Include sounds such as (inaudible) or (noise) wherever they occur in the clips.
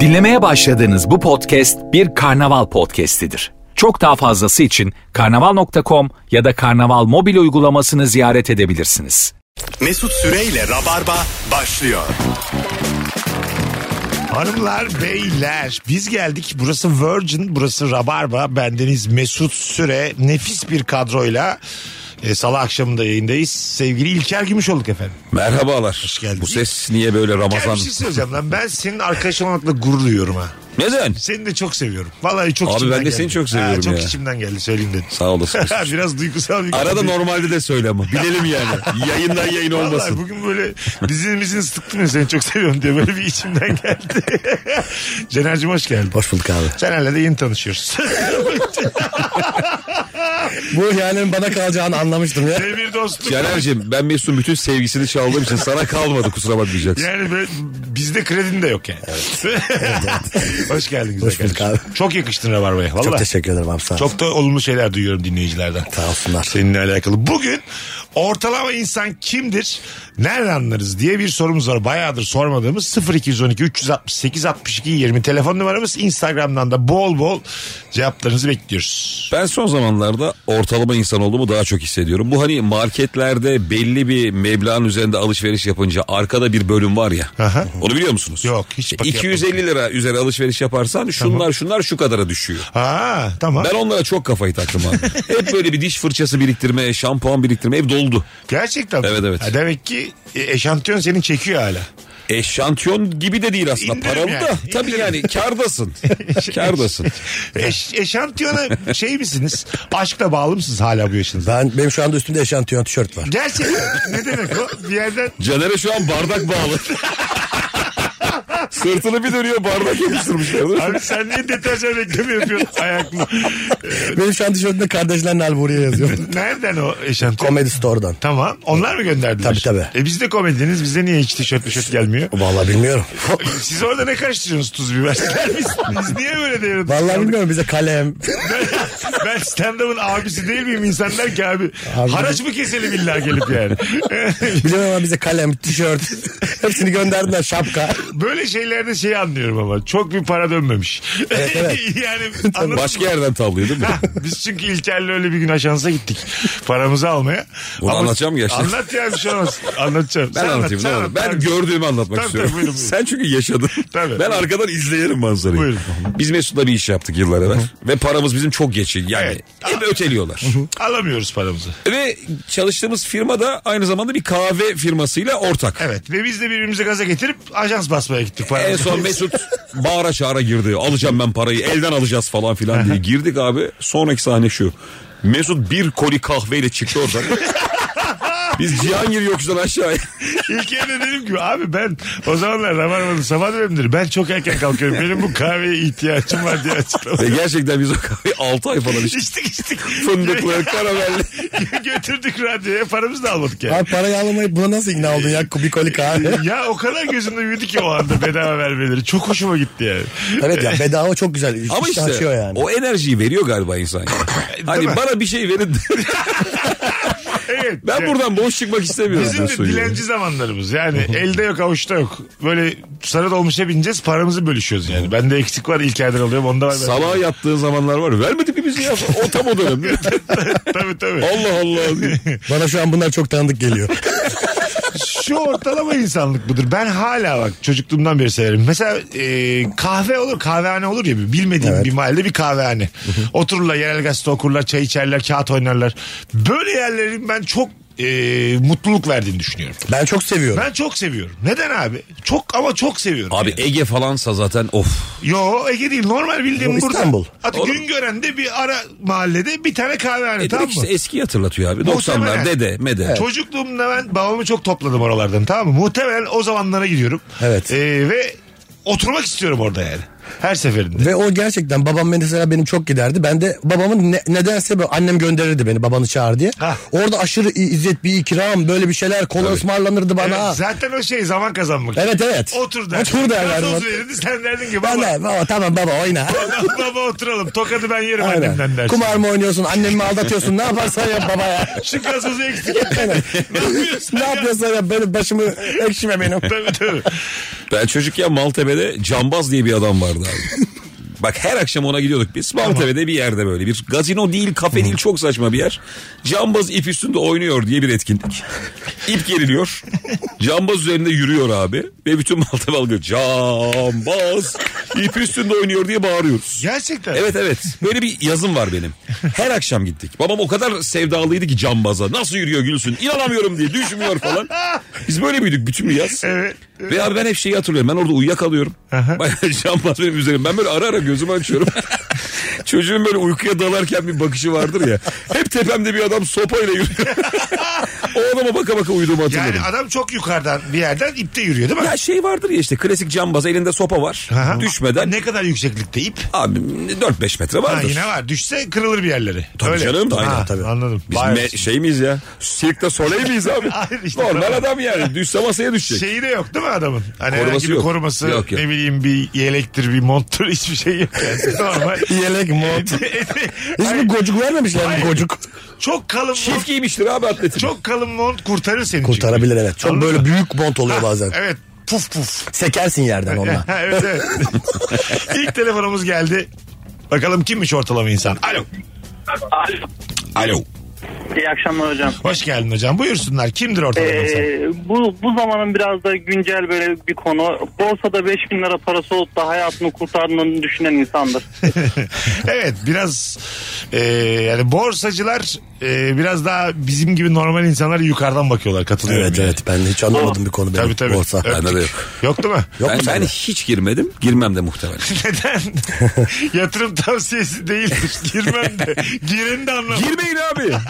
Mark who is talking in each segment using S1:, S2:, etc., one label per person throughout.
S1: Dinlemeye başladığınız bu podcast bir karnaval podcastidir. Çok daha fazlası için karnaval.com ya da karnaval mobil uygulamasını ziyaret edebilirsiniz.
S2: Mesut Süreyle Rabarba başlıyor.
S3: Hanımlar, beyler biz geldik. Burası Virgin, burası Rabarba. Bendeniz Mesut Süre. Nefis bir kadroyla e, salı akşamında yayındayız. Sevgili İlker Gümüşoluk efendim.
S4: Merhabalar.
S3: Hoş geldin.
S4: Bu ses niye böyle
S3: Gel bir
S4: Ramazan?
S3: şey söyleyeceğim lan. Ben senin arkadaş olmakla gurur duyuyorum ha.
S4: Neden?
S3: Seni de çok seviyorum. Vallahi çok
S4: Abi
S3: içimden
S4: ben de
S3: geldi.
S4: seni çok seviyorum
S3: çok
S4: ya.
S3: içimden geldi söyleyeyim dedim.
S4: Sağ olasın.
S3: (laughs) Biraz duygusal bir
S4: Arada
S3: kadroyum.
S4: normalde de söyle ama.
S3: (laughs)
S4: Bilelim yani. Yayından yayın
S3: Vallahi
S4: olmasın.
S3: bugün böyle dizimizin sıktım ya seni çok seviyorum diye böyle bir içimden geldi. (laughs) Cener'cim hoş geldin.
S5: Hoş bulduk abi.
S3: Cener'le de yeni tanışıyoruz. (laughs)
S5: Bu ihanenin bana kalacağını anlamıştım ya.
S3: Devir dostluk.
S4: Caner'cim ben Mesut'un bütün sevgisini çaldığım için sana kalmadı kusura bakmayacaksın.
S3: Yani böyle bizde kredin de yok yani. (laughs) Hoş geldin güzel
S5: Hoş bulduk
S3: kardeşim. Çok yakıştın Rabarba'ya. Valla.
S5: Çok teşekkür ederim abi sağ ol.
S3: Çok da olumlu şeyler duyuyorum dinleyicilerden.
S5: Sağ olsunlar.
S3: Seninle alakalı. Bugün ortalama insan kimdir? Nereden anlarız diye bir sorumuz var. Bayağıdır sormadığımız 0212 368 62 20 telefon numaramız. Instagram'dan da bol bol cevaplarınızı bekliyoruz.
S4: Ben son zamanlarda ortalama insan olduğumu daha çok hissediyorum. Bu hani marketlerde belli bir meblağın üzerinde alışveriş yapınca arkada bir bölüm var ya.
S3: Aha.
S4: Onu biliyor musunuz? E,
S3: Yok, hiç
S4: İşte
S3: bak-
S4: 250 lira üzeri alışveriş yaparsan şunlar şunlar şu kadara düşüyor.
S3: Ha tamam.
S4: Ben onlara çok kafayı taktım abi.
S3: (laughs)
S4: hep böyle bir diş fırçası biriktirmeye, şampuan biriktirmeye hep doldu.
S3: Gerçekten. mi?
S4: Evet, evet.
S3: Ha, demek ki e, eşantiyon seni çekiyor hala.
S4: Eşantiyon gibi de değil aslında.
S3: İndirim
S4: Paralı
S3: yani,
S4: da.
S3: indirim. Şey-
S4: Tabii
S3: (laughs)
S4: yani kardasın. kardasın.
S3: Eş, eşantiyona e, şey misiniz? Aşkla bağlı mısınız hala bu yaşınızda?
S5: Ben benim şu anda üstümde eşantiyon tişört var.
S3: Gerçekten ne demek o? Bir yerden
S4: Caner'e şu an bardak bağlı. Sırtını bir dönüyor bardak yapıştırmışlar. değil mi?
S3: Abi sen niye deterjan reklamı yapıyorsun ayaklı?
S5: Benim şu an tişörtümde kardeşler Nalburiye (laughs) yazıyor.
S3: Nereden o eşantiyon?
S5: Comedy Store'dan.
S3: Tamam. Onlar mı gönderdiler?
S5: Tabii, tabii.
S3: E biz de komediniz. Bize niye hiç tişört tişört
S5: (laughs)
S3: gelmiyor?
S5: Vallahi bilmiyorum.
S3: Siz orada ne karıştırıyorsunuz tuz biber? biz, biz niye böyle devrediniz?
S5: Vallahi bilmiyorum bize kalem.
S3: Ben, (laughs) ben stand-up'ın abisi değil miyim? İnsan der ki abi, haraç mı keselim illa gelip
S5: (laughs)
S3: yani?
S5: Bilemem ama bize kalem, (laughs) tişört. Hepsini gönderdiler şapka.
S3: Böyle şeylerde şeyi anlıyorum ama. Çok bir para dönmemiş. Evet,
S5: evet.
S3: (laughs)
S4: (laughs)
S3: yani anladın
S4: Başka yerden tavlıyor değil mi?
S3: Ha, Biz çünkü İlker'le öyle bir gün aşansa gittik. Paramızı almaya.
S4: Bunu anlatacağım gerçekten.
S3: Anlat ya bir şey olmaz. Anlatacağım. (laughs) Sen
S4: Ben
S3: anlat,
S4: anlatayım.
S3: sen
S4: ne olur.
S3: anlat.
S4: ben
S3: Tabii.
S4: gördüğümü anlatmak
S3: Tabii,
S4: istiyorum.
S3: tabii, buyurun, buyurun.
S4: Sen çünkü yaşadın.
S3: Tabii.
S4: Ben arkadan izleyelim manzarayı.
S3: Buyurun.
S4: Biz Mesut'la bir iş yaptık yıllar evvel. Ve paramız bizim çok geçiyor. Yani
S3: Evet.
S4: hep öteliyorlar.
S3: Alamıyoruz paramızı.
S4: Ve çalıştığımız firma da aynı zamanda bir kahve firmasıyla ortak.
S3: Evet ve biz de birbirimize gaza getirip ajans basmaya gittik
S4: En
S3: paramızı.
S4: son Mesut bağıra çağıra girdi. Alacağım ben parayı elden alacağız falan filan diye girdik abi. Sonraki sahne şu. Mesut bir koli kahveyle
S3: (laughs)
S4: çıktı oradan. Biz Cihangir yokuştan aşağıya.
S3: (laughs) İlker'e de dedim ki abi ben o zamanlar Rabarba'nın sabah dönemidir. Ben çok erken kalkıyorum. Benim bu kahveye ihtiyacım var diye açıkladım.
S4: Ve gerçekten biz o kahveyi 6 ay falan içtik.
S3: içtik içtik.
S4: Fındıklı, karamelli.
S3: (laughs) Götürdük radyoya paramızı da almadık yani.
S5: Abi parayı alamayıp buna nasıl ikna oldun ya? Bir koli kahve.
S3: Ya o kadar gözümde büyüdü ki o anda bedava vermeleri. Çok hoşuma gitti yani.
S5: (laughs) Evet ya bedava çok güzel.
S4: Ama
S5: İşte
S4: işte
S5: açıyor yani.
S4: o enerjiyi veriyor galiba insan. ya. hani
S3: mi?
S4: bana bir şey verin.
S3: (laughs)
S4: (laughs)
S3: Evet.
S4: ben
S3: Yani-
S4: buradan boş çıkmak istemiyorum.
S3: Bizim
S4: ben
S3: de
S4: söylüyorum.
S3: dilenci zamanlarımız. Yani elde yok avuçta yok. Böyle sarı dolmuşa bineceğiz paramızı bölüşüyoruz yani. Bende eksik var ilk aydan alıyorum onda var. bende.
S4: Salağa yattığın zamanlar var. Vermedi mi bizi ya? O tam o dönem.
S3: (laughs) tabii tabii.
S4: Allah Allah. diye.
S5: Bana şu an bunlar çok tanıdık geliyor.
S3: Şu ortalama insanlık budur. Ben hala bak çocukluğumdan beri severim. Mesela e, kahve olur kahvehane olur ya bilmediğim bir mahallede bir kahvehane. Otururlar yerel gazete okurlar çay içerler kağıt oynarlar. Böyle yerlerin ben çok e, mutluluk verdiğini düşünüyorum.
S5: (laughs) Ben çok seviyorum.
S3: Ben çok seviyorum. Neden abi? Çok ama çok seviyorum.
S4: Abi e- Ege falansa zaten of.
S3: E, Yo Ege değil normal bildiğim
S5: Yo,
S3: burada.
S5: İstanbul.
S3: Hatta
S4: Oğlum.
S3: Güngören'de bir ara mahallede bir tane kahvehane
S4: E
S3: tamam
S4: direkt
S3: mı?
S4: işte eski hatırlatıyor abi.
S3: Muhtemelen.
S4: 90'lar dede mede.
S3: Çocukluğumda ben babamı çok topladım oralardan tamam mı? Muhtemelen o zamanlara gidiyorum.
S5: Evet.
S3: Ee, ve oturmak istiyorum orada yani. Her seferinde.
S5: Ve o gerçekten babam mesela benim çok giderdi. Ben de babamın ne- nedense böyle annem gönderirdi beni babanı çağır diye.
S3: Ha.
S5: Orada aşırı i- izzet bir ikram böyle bir şeyler kola ısmarlanırdı bana.
S3: Evet, zaten o şey zaman kazanmak.
S5: Evet evet.
S3: Otur der.
S5: Otur derler.
S3: Gazoz verirdi sen derdin ki
S5: Ben
S3: baba.
S5: de baba tamam baba oyna.
S3: (laughs) baba oturalım. Tokadı ben yerim annemden
S5: Aynen.
S3: dersin.
S5: Kumar mı oynuyorsun annemi mi aldatıyorsun ne yaparsan yap
S3: (laughs)
S5: baba ya.
S3: Şu gazozu eksik.
S5: (laughs) Aynen.
S3: yapıyorsun
S5: ne
S3: ya?
S5: yapıyorsan yap benim başımı ekşime benim.
S3: tabii tabii.
S4: Ben çocukken Maltepe'de Cambaz diye bir adam
S3: (laughs)
S4: vardı abi. Bak her akşam ona gidiyorduk biz. Maltepe'de bir yerde böyle bir gazino değil kafe değil çok saçma bir yer. Cambaz ip üstünde oynuyor diye bir etkinlik. İp geriliyor. Cambaz üzerinde yürüyor abi. Ve bütün Maltepe algı cambaz ip üstünde oynuyor diye bağırıyoruz.
S3: Gerçekten.
S4: Evet evet. Böyle bir yazım var benim. Her akşam gittik. Babam o kadar sevdalıydı ki cambaza. Nasıl yürüyor gülsün. İnanamıyorum diye düşmüyor falan. Biz böyle büyüdük bütün bir yaz.
S3: Evet.
S4: Ve abi ben hep şeyi hatırlıyorum. Ben orada uyuyakalıyorum. Bayağı (laughs) cambaz benim üzerim. Ben böyle ara ara gözümü açıyorum. (laughs) Çocuğun böyle uykuya dalarken bir bakışı vardır ya. Hep tepemde bir adam sopayla yürüyor. (laughs) o adama baka baka uyuduğumu hatırladım.
S3: Yani adam çok yukarıdan bir yerden ipte yürüyor değil mi?
S4: ya şey vardır ya işte klasik cambaz elinde sopa var.
S3: Aha.
S4: Düşmeden
S3: Ne kadar yükseklikte ip?
S4: abi 4-5 metre
S3: Ha,
S4: vardır.
S3: yine var. Düşse kırılır bir yerleri.
S4: Tabii canım, aynen
S3: Ha,
S4: tabii.
S3: Anladım.
S4: Biz
S3: Vay be.
S4: me- şey miyiz ya? Sirkte Soleil miyiz (laughs) abi?
S3: Hayır işte.
S4: Normal adam yani. Düşse masaya düşecek.
S3: Şeyi de yok değil mi adamın? Hani
S4: Koruması
S3: herhangi bir
S4: yok.
S3: koruması
S4: Yok, yok.
S3: ne bileyim bir yelektir bir monttur (laughs) hiçbir şey yok. Yani. (laughs)
S4: (laughs)
S3: Normal.
S5: Yelek mont. Hiçbir gocuk vermemişler mi gocuk?
S3: çok kalın
S4: Çift
S3: mont,
S4: giymiştir abi atletin.
S3: çok kalın mont kurtarır seni. çünkü.
S5: Kurtarabilir evet. Çok
S3: Anladın
S5: böyle
S3: mı?
S5: büyük mont oluyor bazen.
S3: Evet puf puf.
S5: Sekersin yerden onunla.
S3: (laughs) Ha, evet
S4: (laughs)
S3: evet. İlk telefonumuz geldi. Bakalım kimmiş ortalama insan? Alo.
S6: Alo.
S4: Alo.
S6: İyi akşamlar hocam.
S3: Hoş geldin hocam. Buyursunlar. Kimdir ortalama insan?
S6: Ee, bu bu zamanın biraz da güncel böyle bir konu. Borsada 5000 lira parası olup da hayatını kurtardığını düşünen insandır.
S3: (laughs) evet biraz e, yani borsacılar e, biraz daha bizim gibi normal insanlar yukarıdan bakıyorlar katılıyorum.
S5: Evet
S3: yani.
S5: evet ben hiç anlamadım bir konu benim.
S3: Tabii tabii.
S5: Borsa.
S3: Öptük.
S4: Bende de yok.
S3: Yok değil mi?
S5: Yok mu
S4: ben, ben
S5: sende?
S4: hiç girmedim. Girmem de muhtemelen.
S3: Neden? Yatırım tavsiyesi değildir. Girmem de. Girin de anlamam.
S4: (laughs) Girmeyin abi.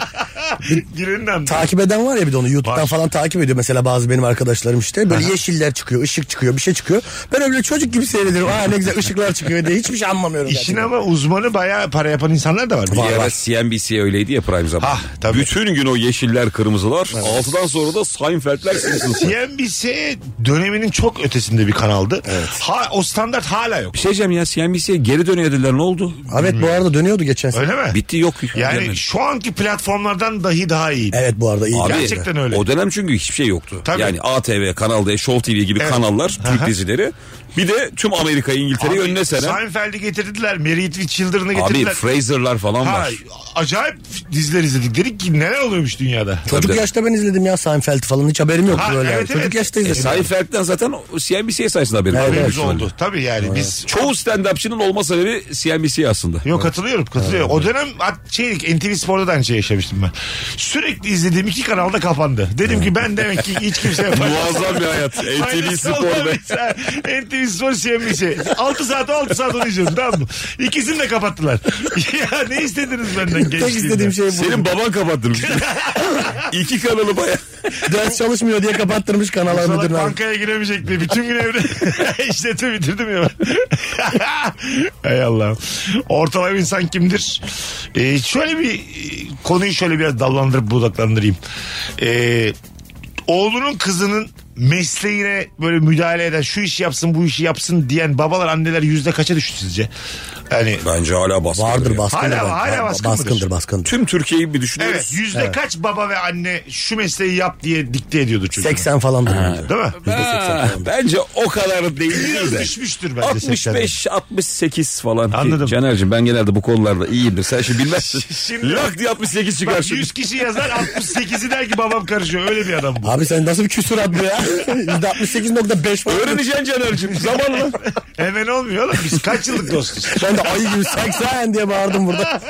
S3: Girin de anlamam.
S5: Takip eden var ya bir de onu YouTube'dan
S3: Var.
S5: falan takip ediyor. Mesela bazı benim arkadaşlarım işte böyle yeşiller çıkıyor, ışık çıkıyor, bir şey çıkıyor. Ben öyle çocuk gibi seyrediyorum. Aa ne güzel ışıklar çıkıyor diye hiçbir şey anlamıyorum.
S3: İşin
S5: gerçekten.
S3: ama uzmanı bayağı para yapan insanlar da var.
S4: Bir
S3: Var.
S4: ara CNBC öyleydi ya prime zamanı.
S3: Ah, tabii.
S4: Bütün gün o yeşiller, kırmızılar. Altıdan sonra da Seinfeldler, (laughs) Simpsonslar.
S3: CNBC döneminin çok ötesinde bir kanaldı. Ha, o standart hala yok.
S4: Bir şey diyeceğim ya CNBC'ye geri dönüyor dediler ne oldu?
S5: Evet bu arada dönüyordu geçen sene.
S3: Öyle mi?
S4: Bitti yok.
S3: Yani
S4: Gelmedi.
S3: şu anki platformlardan dahi daha iyi.
S5: Evet bu arada iyi.
S4: Abi,
S3: Gerçekten öyle.
S4: O dönem çünkü hiçbir şey yoktu.
S3: Tabii.
S4: Yani ATV, Kanal D, Show TV gibi
S3: Evet.
S4: kanallar, Türk
S3: Aha.
S4: dizileri. Bir de tüm Amerika'yı, İngiltere'yi
S3: Abi,
S4: önüne seren.
S3: Seinfeld'i getirdiler. Merit ve Children'ı
S4: Abi
S3: getirdiler.
S4: Fraser'lar falan
S3: ha,
S4: var.
S3: acayip diziler izledik. Dedik ki neler oluyormuş dünyada.
S5: Çocuk
S4: Tabii.
S5: yaşta ben izledim ya Seinfeld'i falan hiç haberim yoktu
S3: Ha,
S5: böyle.
S3: evet,
S5: yani. Çocuk
S3: evet.
S5: yaşta
S4: E,
S5: izledim.
S4: Seinfeld'den zaten o CNBC sayesinde haberim var.
S5: Evet,
S3: Haberimiz oldu. Tabii yani biz
S4: Çoğu stand-upçının olma sebebi CNBC aslında.
S3: Yok katılıyorum katılıyorum. O dönem at- şey, NTV Spor'da da aynı şey yaşamıştım ben. Sürekli izlediğim iki kanalda kapandı. Dedim ki ben demek ki hiç kimseye
S4: (laughs) Muazzam bir
S3: (laughs)
S4: hayat. NTV
S3: Faydası
S4: Spor be.
S3: olmamış ha. NTV Spor CNBC. 6 saat 6 saat onu izliyorum tamam mı? İkisini de kapattılar. (laughs) ya ne istediniz benden gençliğimde?
S5: Tek istediğim şey bu.
S4: Senin
S3: (laughs)
S4: baban kapattırmış. (laughs) İki kanalı baya.
S5: Ders çalışmıyor diye kapattırmış kanallar
S3: Salak
S5: müdürler.
S3: bankaya giremeyecek diye bütün gün evde (laughs) işletme bitirdim ya (laughs) ben. Hay Allah'ım. Ortalama bir insan kimdir? Ee, şöyle bir e, konuyu şöyle biraz dallandırıp budaklandırayım. Ee, oğlunun kızının mesleğine böyle müdahale eden şu işi yapsın bu işi yapsın diyen babalar anneler yüzde kaça düştü sizce? Yani
S4: Bence hala baskın.
S5: Vardır baskındır.
S3: Hala- hala
S5: bence. Ba-
S3: baskın mıdır?
S5: baskındır. Baskındır
S4: Tüm Türkiye'yi bir düşünüyoruz.
S3: evet yüzde kaç baba ve anne şu mesleği yap diye dikte ediyordu çocuğuna.
S5: 80 falandır. bence.
S3: Değil mi?
S4: Ha, bence o kadar değil
S3: Biraz
S4: de.
S3: düşmüştür bence 80'den.
S4: 65 68 falan. ki.
S3: Anladım.
S4: Caner'cim ben genelde bu konularda iyiyimdir. Sen şimdi bilmezsin.
S3: (laughs) Şimdi-
S4: Lak diye 68 çıkar
S3: Bak
S4: şimdi.
S3: 100 kişi yazar 68'i der ki babam karışıyor. Öyle bir adam bu.
S5: Abi sen nasıl bir küsur bu ya? (laughs) %68.5 falan.
S4: Öğreneceksin Caner'cim
S3: (laughs)
S4: zamanla.
S3: Hemen olmuyor oğlum. Biz kaç yıllık dostuz.
S5: Ben de ayı gibi 80 diye bağırdım burada.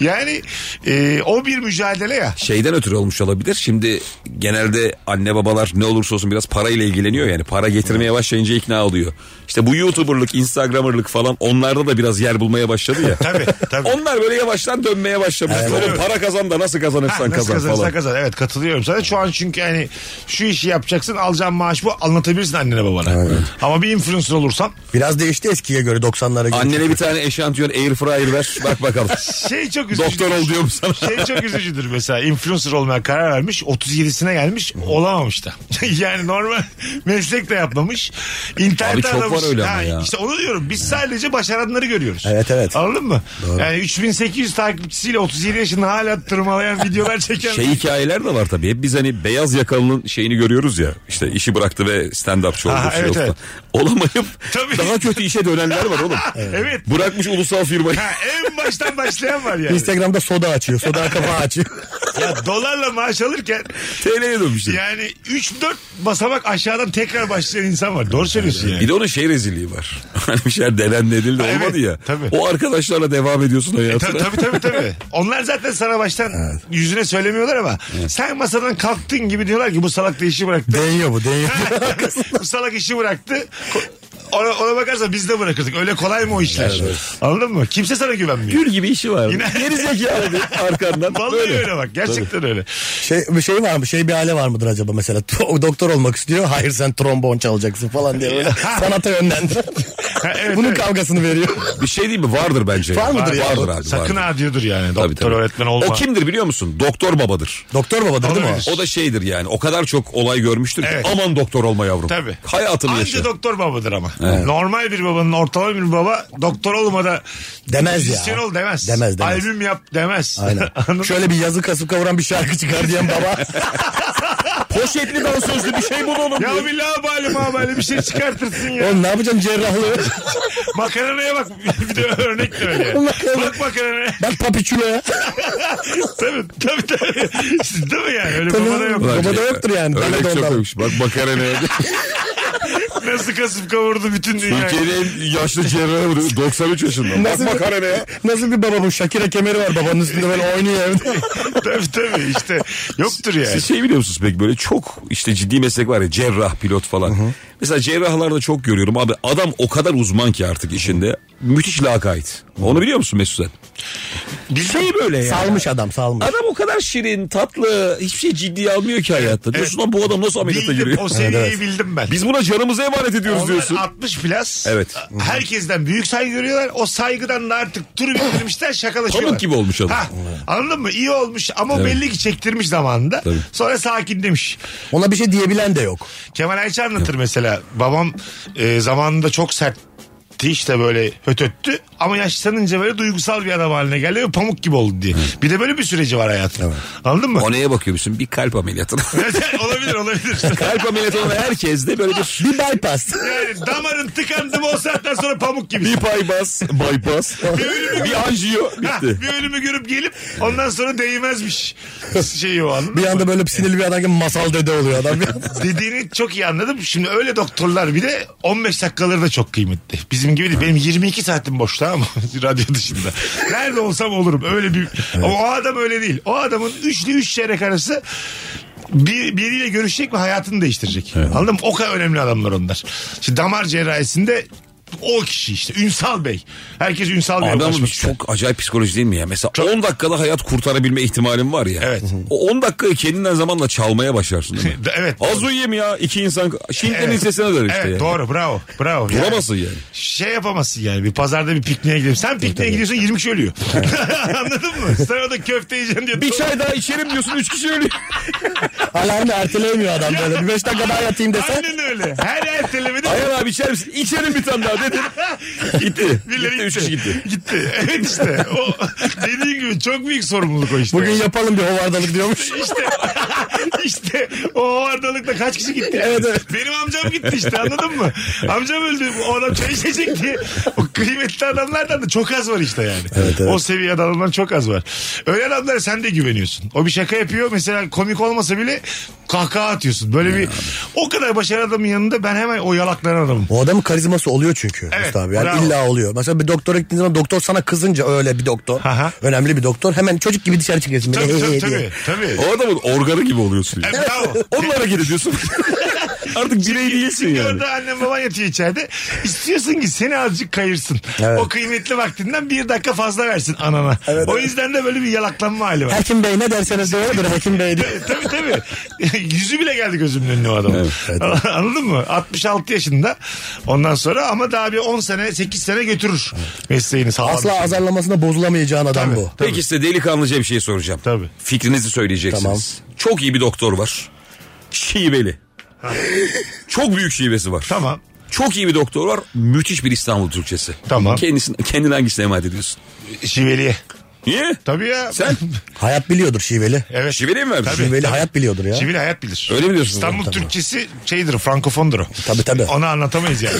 S3: yani e, o bir mücadele ya.
S4: Şeyden ötürü olmuş olabilir. Şimdi genelde anne babalar ne olursa olsun biraz parayla ilgileniyor yani. Para getirmeye başlayınca ikna oluyor. İşte bu YouTuber'lık, Instagram'ırlık falan onlarda da biraz yer bulmaya başladı
S3: (laughs)
S4: ya.
S3: Tabii tabii.
S4: Onlar böyle yavaştan dönmeye başlamış. Oğlum para kazan da nasıl
S3: Ha,
S4: kazanırsan
S3: nasıl
S4: kazan
S3: kazanırsan
S4: falan.
S3: kazan. Evet katılıyorum sana. Şu an çünkü hani şu işi yapacaksın. Alacağın maaş bu. Anlatabilirsin annene babana. Ama bir influencer olursan
S5: Biraz değişti eskiye göre 90'lara göre.
S4: Annene bir tane eşantiyon air fryer ver. Bak bakalım.
S3: (laughs) şey çok üzücü.
S4: Doktor ol diyorum sana.
S3: Şey çok üzücüdür mesela influencer olmaya karar vermiş 37'sine gelmiş olamamış da. (laughs) yani normal meslek de yapmamış. İnternet
S4: Abi çok
S3: aramış.
S4: var öyle ama
S3: Ha,
S4: ya.
S3: İşte onu diyorum biz sadece başaranları görüyoruz.
S5: Evet, evet.
S3: Anladın mı? Yani 3800 takipçisiyle 37 yaşında hala tırmalayan videolar çeken.
S4: Şey hikayeler de var tabii. Hep biz hani beyaz yakalının şeyini görüyoruz ya. İşte işi bıraktı ve stand-upçı oldu.
S3: Aha,
S4: şey
S3: evet,
S4: oldu.
S3: evet.
S4: Olamayıp
S3: Tabii.
S4: daha kötü işe dönenler var oğlum.
S3: (laughs) Evet.
S4: Bırakmış ulusal firmayı. (laughs)
S3: Ha, en baştan başlayan var yani.
S5: Instagram'da soda açıyor. Soda kapağı açıyor.
S3: ya dolarla maaş alırken
S4: TL'ye dönmüşler.
S3: yani 3-4 basamak aşağıdan tekrar başlayan insan var. Doğru söylüyorsun yani.
S4: Bir de onun şey rezilliği var. (laughs) Hani bir şeyler denendi edildi
S3: Evet,
S4: olmadı ya.
S3: tabii. E,
S4: O arkadaşlarla devam ediyorsun hayatına.
S3: Tabii tabii tabii. tabii. (laughs) Onlar zaten sana baştan yüzüne söylemiyorlar ama sen masadan kalktın gibi diyorlar ki bu salak da işi
S5: (laughs)
S3: bıraktı.
S5: Deniyor bu deniyor.
S3: bu salak işi bıraktı. Ko- Ona, ona bakarsa biz de bırakırdık. Öyle kolay mı o işler? Anladın mı? Kimse sana güvenmiyor.
S4: (laughs) (laughs) Gül gibi işi var.
S3: Yine-
S4: Geri zekalı
S3: (laughs)
S4: bir arkandan.
S3: Vallahi öyle. bak. Gerçekten öyle.
S5: Şey, bir şey var mı? Şey bir hale var mıdır acaba mesela? (laughs) O doktor olmak istiyor. Hayır sen trombon çalacaksın falan diye böyle sanata yönlendiren.
S3: Ha, evet,
S5: Bunun
S3: evet.
S5: kavgasını veriyor.
S4: Bir şey değil mi? Vardır bence.
S5: Var mıdır ya?
S4: Vardır abi.
S3: Sakın
S4: vardır.
S3: ha diyordur yani.
S4: Tabii,
S3: Doktor
S4: tabii.
S3: öğretmen olma.
S4: O kimdir biliyor musun? Doktor babadır.
S5: doktor babadır değil mi
S3: Olabilir.
S5: o?
S4: O da şeydir yani o kadar çok olay görmüştür ki
S3: Evet.
S4: aman doktor olma yavrum.
S3: Tabii.
S4: Hayatını
S3: Anca
S4: yaşa.
S3: doktor babadır ama. Normal bir babanın ortalama bir baba doktor olmada
S5: Demez ya.
S3: müzisyen ol demez.
S5: Demez, demez.
S3: Albüm yap demez. (laughs)
S5: Aynen.
S3: Anladın mı?
S5: Şöyle bir yazı kasıp kavuran bir şarkı çıkar diyen baba.
S4: Poşetli dansözlü bir şey bul oğlum.
S3: Ya bir labali mabali bir şey çıkartırsın ya.
S5: Oğlum ne yapacaksın cerrahlığı?
S3: Makarnaya bak. (laughs) Bir de örnek de öyle. yani.
S5: Makarna.
S3: bak makarnaya.
S5: Bak papiçuloya.
S3: tabii tabii tabii. Değil mi yani? Öyle
S5: Tabii.
S3: babada yok.
S5: Ulan. Babada yoktur yani,
S4: Öyle
S5: bende de
S4: çok
S5: ondan.
S4: yokmuş. Bak
S3: (laughs)
S4: makarnaya.
S3: Nasıl kasıp kavurdu bütün dünyayı.
S4: Türkiye'nin en yaşlı cerrahı
S3: (laughs)
S4: vuruyor. 93 yaşında. Bak
S5: Nasıl-
S4: makarnaya.
S5: Nasıl bir baba bu? Şakira kemeri var babanın üstünde böyle oynuyor evde.
S3: tabii tabii işte. Yoktur yani.
S4: Siz şey biliyor musunuz peki böyle çok işte ciddi meslek var ya cerrah pilot falan. Mesela cerrahlarda çok görüyorum abi adam o kadar uzman ki artık işinde. Müthiş lakayt. Onu biliyor musun Mesut sen? Şey böyle ya.
S5: Salmış adam salmış.
S4: Adam o kadar şirin, tatlı, hiçbir şey ciddiye almıyor ki hayatta. Diyorsun lan bu adam nasıl ameliyata
S3: Bildim.
S4: giriyor?
S3: O seviyeyi bildim ben.
S4: Biz buna canımızı emanet ediyoruz
S3: Onlar
S4: diyorsun.
S3: 60 plus.
S4: Evet.
S3: Herkesten büyük saygı görüyorlar. O saygıdan da artık turu bitirmişler şakalaşıyorlar.
S4: Pamuk gibi olmuş adam.
S3: Ha, anladın mı? İyi olmuş ama belli ki çektirmiş zamanında.
S4: Tabii.
S3: Sonra sakin demiş.
S5: Ona bir şey diyebilen de yok.
S3: Kemal Ayça anlatır mesela. Babam e, zamanında çok sertti işte böyle hötöttü ama yaşlanınca böyle duygusal bir adam haline geldi ve pamuk gibi oldu diye. Bir de böyle bir süreci var hayatında. Anladın mı? (laughs)
S4: O neye bakıyor musun? Bir kalp ameliyatına.
S3: olabilir olabilir.
S4: (laughs) kalp ameliyatı olan herkes de böyle bir
S5: Bir bypass.
S3: Yani damarın tıkandı mı o saatten sonra pamuk gibi.
S4: bir bypass, bypass, (laughs) bir anjiyo bitti.
S3: bir ölümü görüp gelip ondan sonra değmezmiş şeyi o anladın
S5: Bir
S3: mı?
S5: anda böyle sinirli bir adam gibi masal dede oluyor adam. Bir anda.
S3: Dediğini çok iyi anladım. Şimdi öyle doktorlar bir de 15 dakikaları da çok kıymetli. Bizim gibi değil. Benim 22 saatim boş tamam mı? (laughs) Radyo dışında. Nerede olsam olurum. Öyle bir... Ama o adam öyle değil. O adamın üçlü üç çeyrek arası bir, biriyle görüşecek ve hayatını değiştirecek. Anladın mı? O kadar önemli adamlar onlar. Şimdi damar cerrahisinde o kişi işte. Ünsal Bey. Herkes Ünsal Bey'e
S4: Adamın
S3: ulaşmak ister.
S4: çok acayip psikoloji değil mi ya? Mesela 10 dakikada hayat kurtarabilme ihtimalim var ya.
S3: Evet.
S4: O 10 dakikayı kendinden zamanla çalmaya başlarsın değil mi? (laughs)
S3: Evet.
S4: Az uyuyayım ya iki insan. Şintlerin
S3: Evet.
S4: sesine dön işte.
S3: Evet
S4: yani.
S3: doğru bravo bravo.
S4: Duramazsın yani.
S3: Şey yapamazsın yani bir pazarda bir pikniğe gidelim. Sen pikniğe gidiyorsun 20 kişi ölüyor. (laughs) Anladın mı? Sen orada köfte yiyeceksin diye.
S4: Bir çay daha içerim diyorsun 3 kişi ölüyor.
S5: Alarmı erteleyemiyor adam böyle. Bir beş dakika daha yatayım
S4: şey-
S5: desen.
S3: Aynen öyle. Her ertelemede (laughs)
S4: (laughs) Ayhan abi içer misin? İçerim bir tane daha dedim. Gitti.
S3: birileri
S4: gitti. Üç kişi gitti.
S3: Gitti. Evet işte. O (laughs) dediğin gibi çok büyük sorumluluk o işte.
S5: Bugün yapalım bir hovardalık diyormuş.
S3: işte (laughs) işte o vardalıkta kaç kişi gitti?
S5: Evet, evet.
S3: Benim amcam gitti işte anladın mı? Amcam öldü. O adam çay içecek diye. O kıymetli adamlardan da çok az var işte yani.
S5: evet.
S3: O seviyede adamlar çok az var. Öyle adamlara sen de güveniyorsun. O bir şaka yapıyor. Mesela komik olmasa bile kahkaha atıyorsun. Böyle bir o kadar başarılı adamın yanında ben hemen o yalaklanan adamım.
S5: O adamın karizması oluyor çünkü.
S3: Evet,
S5: Mustafa abi. Yani
S3: bravo.
S5: illa oluyor. Mesela bir doktora gittiğin zaman doktor sana kızınca öyle bir doktor.
S3: Aha.
S5: Önemli bir doktor. Hemen çocuk gibi dışarı çıkıyorsun.
S3: Tabii
S5: Böyle
S3: tabii
S5: diye.
S3: tabii. tabii.
S4: O adamın organı gibi oluyorsun.
S3: E, bravo. (laughs)
S4: Onlara hareket ediyorsun. Artık birey değilsin yani.
S3: Orada annen baban yatıyor içeride. İstiyorsun ki seni azıcık kayırsın.
S5: Evet.
S3: O kıymetli vaktinden bir dakika fazla versin anana.
S5: Evet,
S3: o
S5: evet.
S3: yüzden de böyle bir yalaklanma hali
S4: (laughs)
S3: var.
S5: Hekim Bey ne derseniz doğrudur Hekim Bey diye.
S3: tabii tabii. (laughs) Yüzü bile geldi gözümün önüne o adamın. (laughs) Anladın mı? 66 yaşında. Ondan sonra ama daha bir 10 sene 8 sene götürür mesleğini sağlam. bir şey.
S5: Asla
S3: şekilde.
S5: azarlamasına bozulamayacağın adam bu.
S4: Peki size delikanlıca bir şey soracağım.
S3: Tabii.
S4: Fikrinizi söyleyeceksiniz. Çok iyi bir doktor var. Şiveli. Çok büyük şivesi var.
S3: Tamam.
S4: Çok iyi bir doktor var. Müthiş bir İstanbul Türkçesi.
S3: Tamam.
S4: Kendisini, kendini hangisine emanet ediyorsun?
S3: Şiveliye.
S4: Niye?
S3: Tabii ya.
S4: Sen?
S5: Hayat biliyordur şiveli.
S3: (laughs) Evet.
S4: Şiveli mi vermiş?
S3: Tabii.
S5: Şiveli hayat biliyordur ya.
S3: Şiveli hayat bilir.
S4: Öyle mi diyorsun?
S3: İstanbul Türkçesi şeydir, frankofondur o.
S5: Tabii, tabii.
S3: Onu anlatamayız
S4: (laughs)
S3: yani.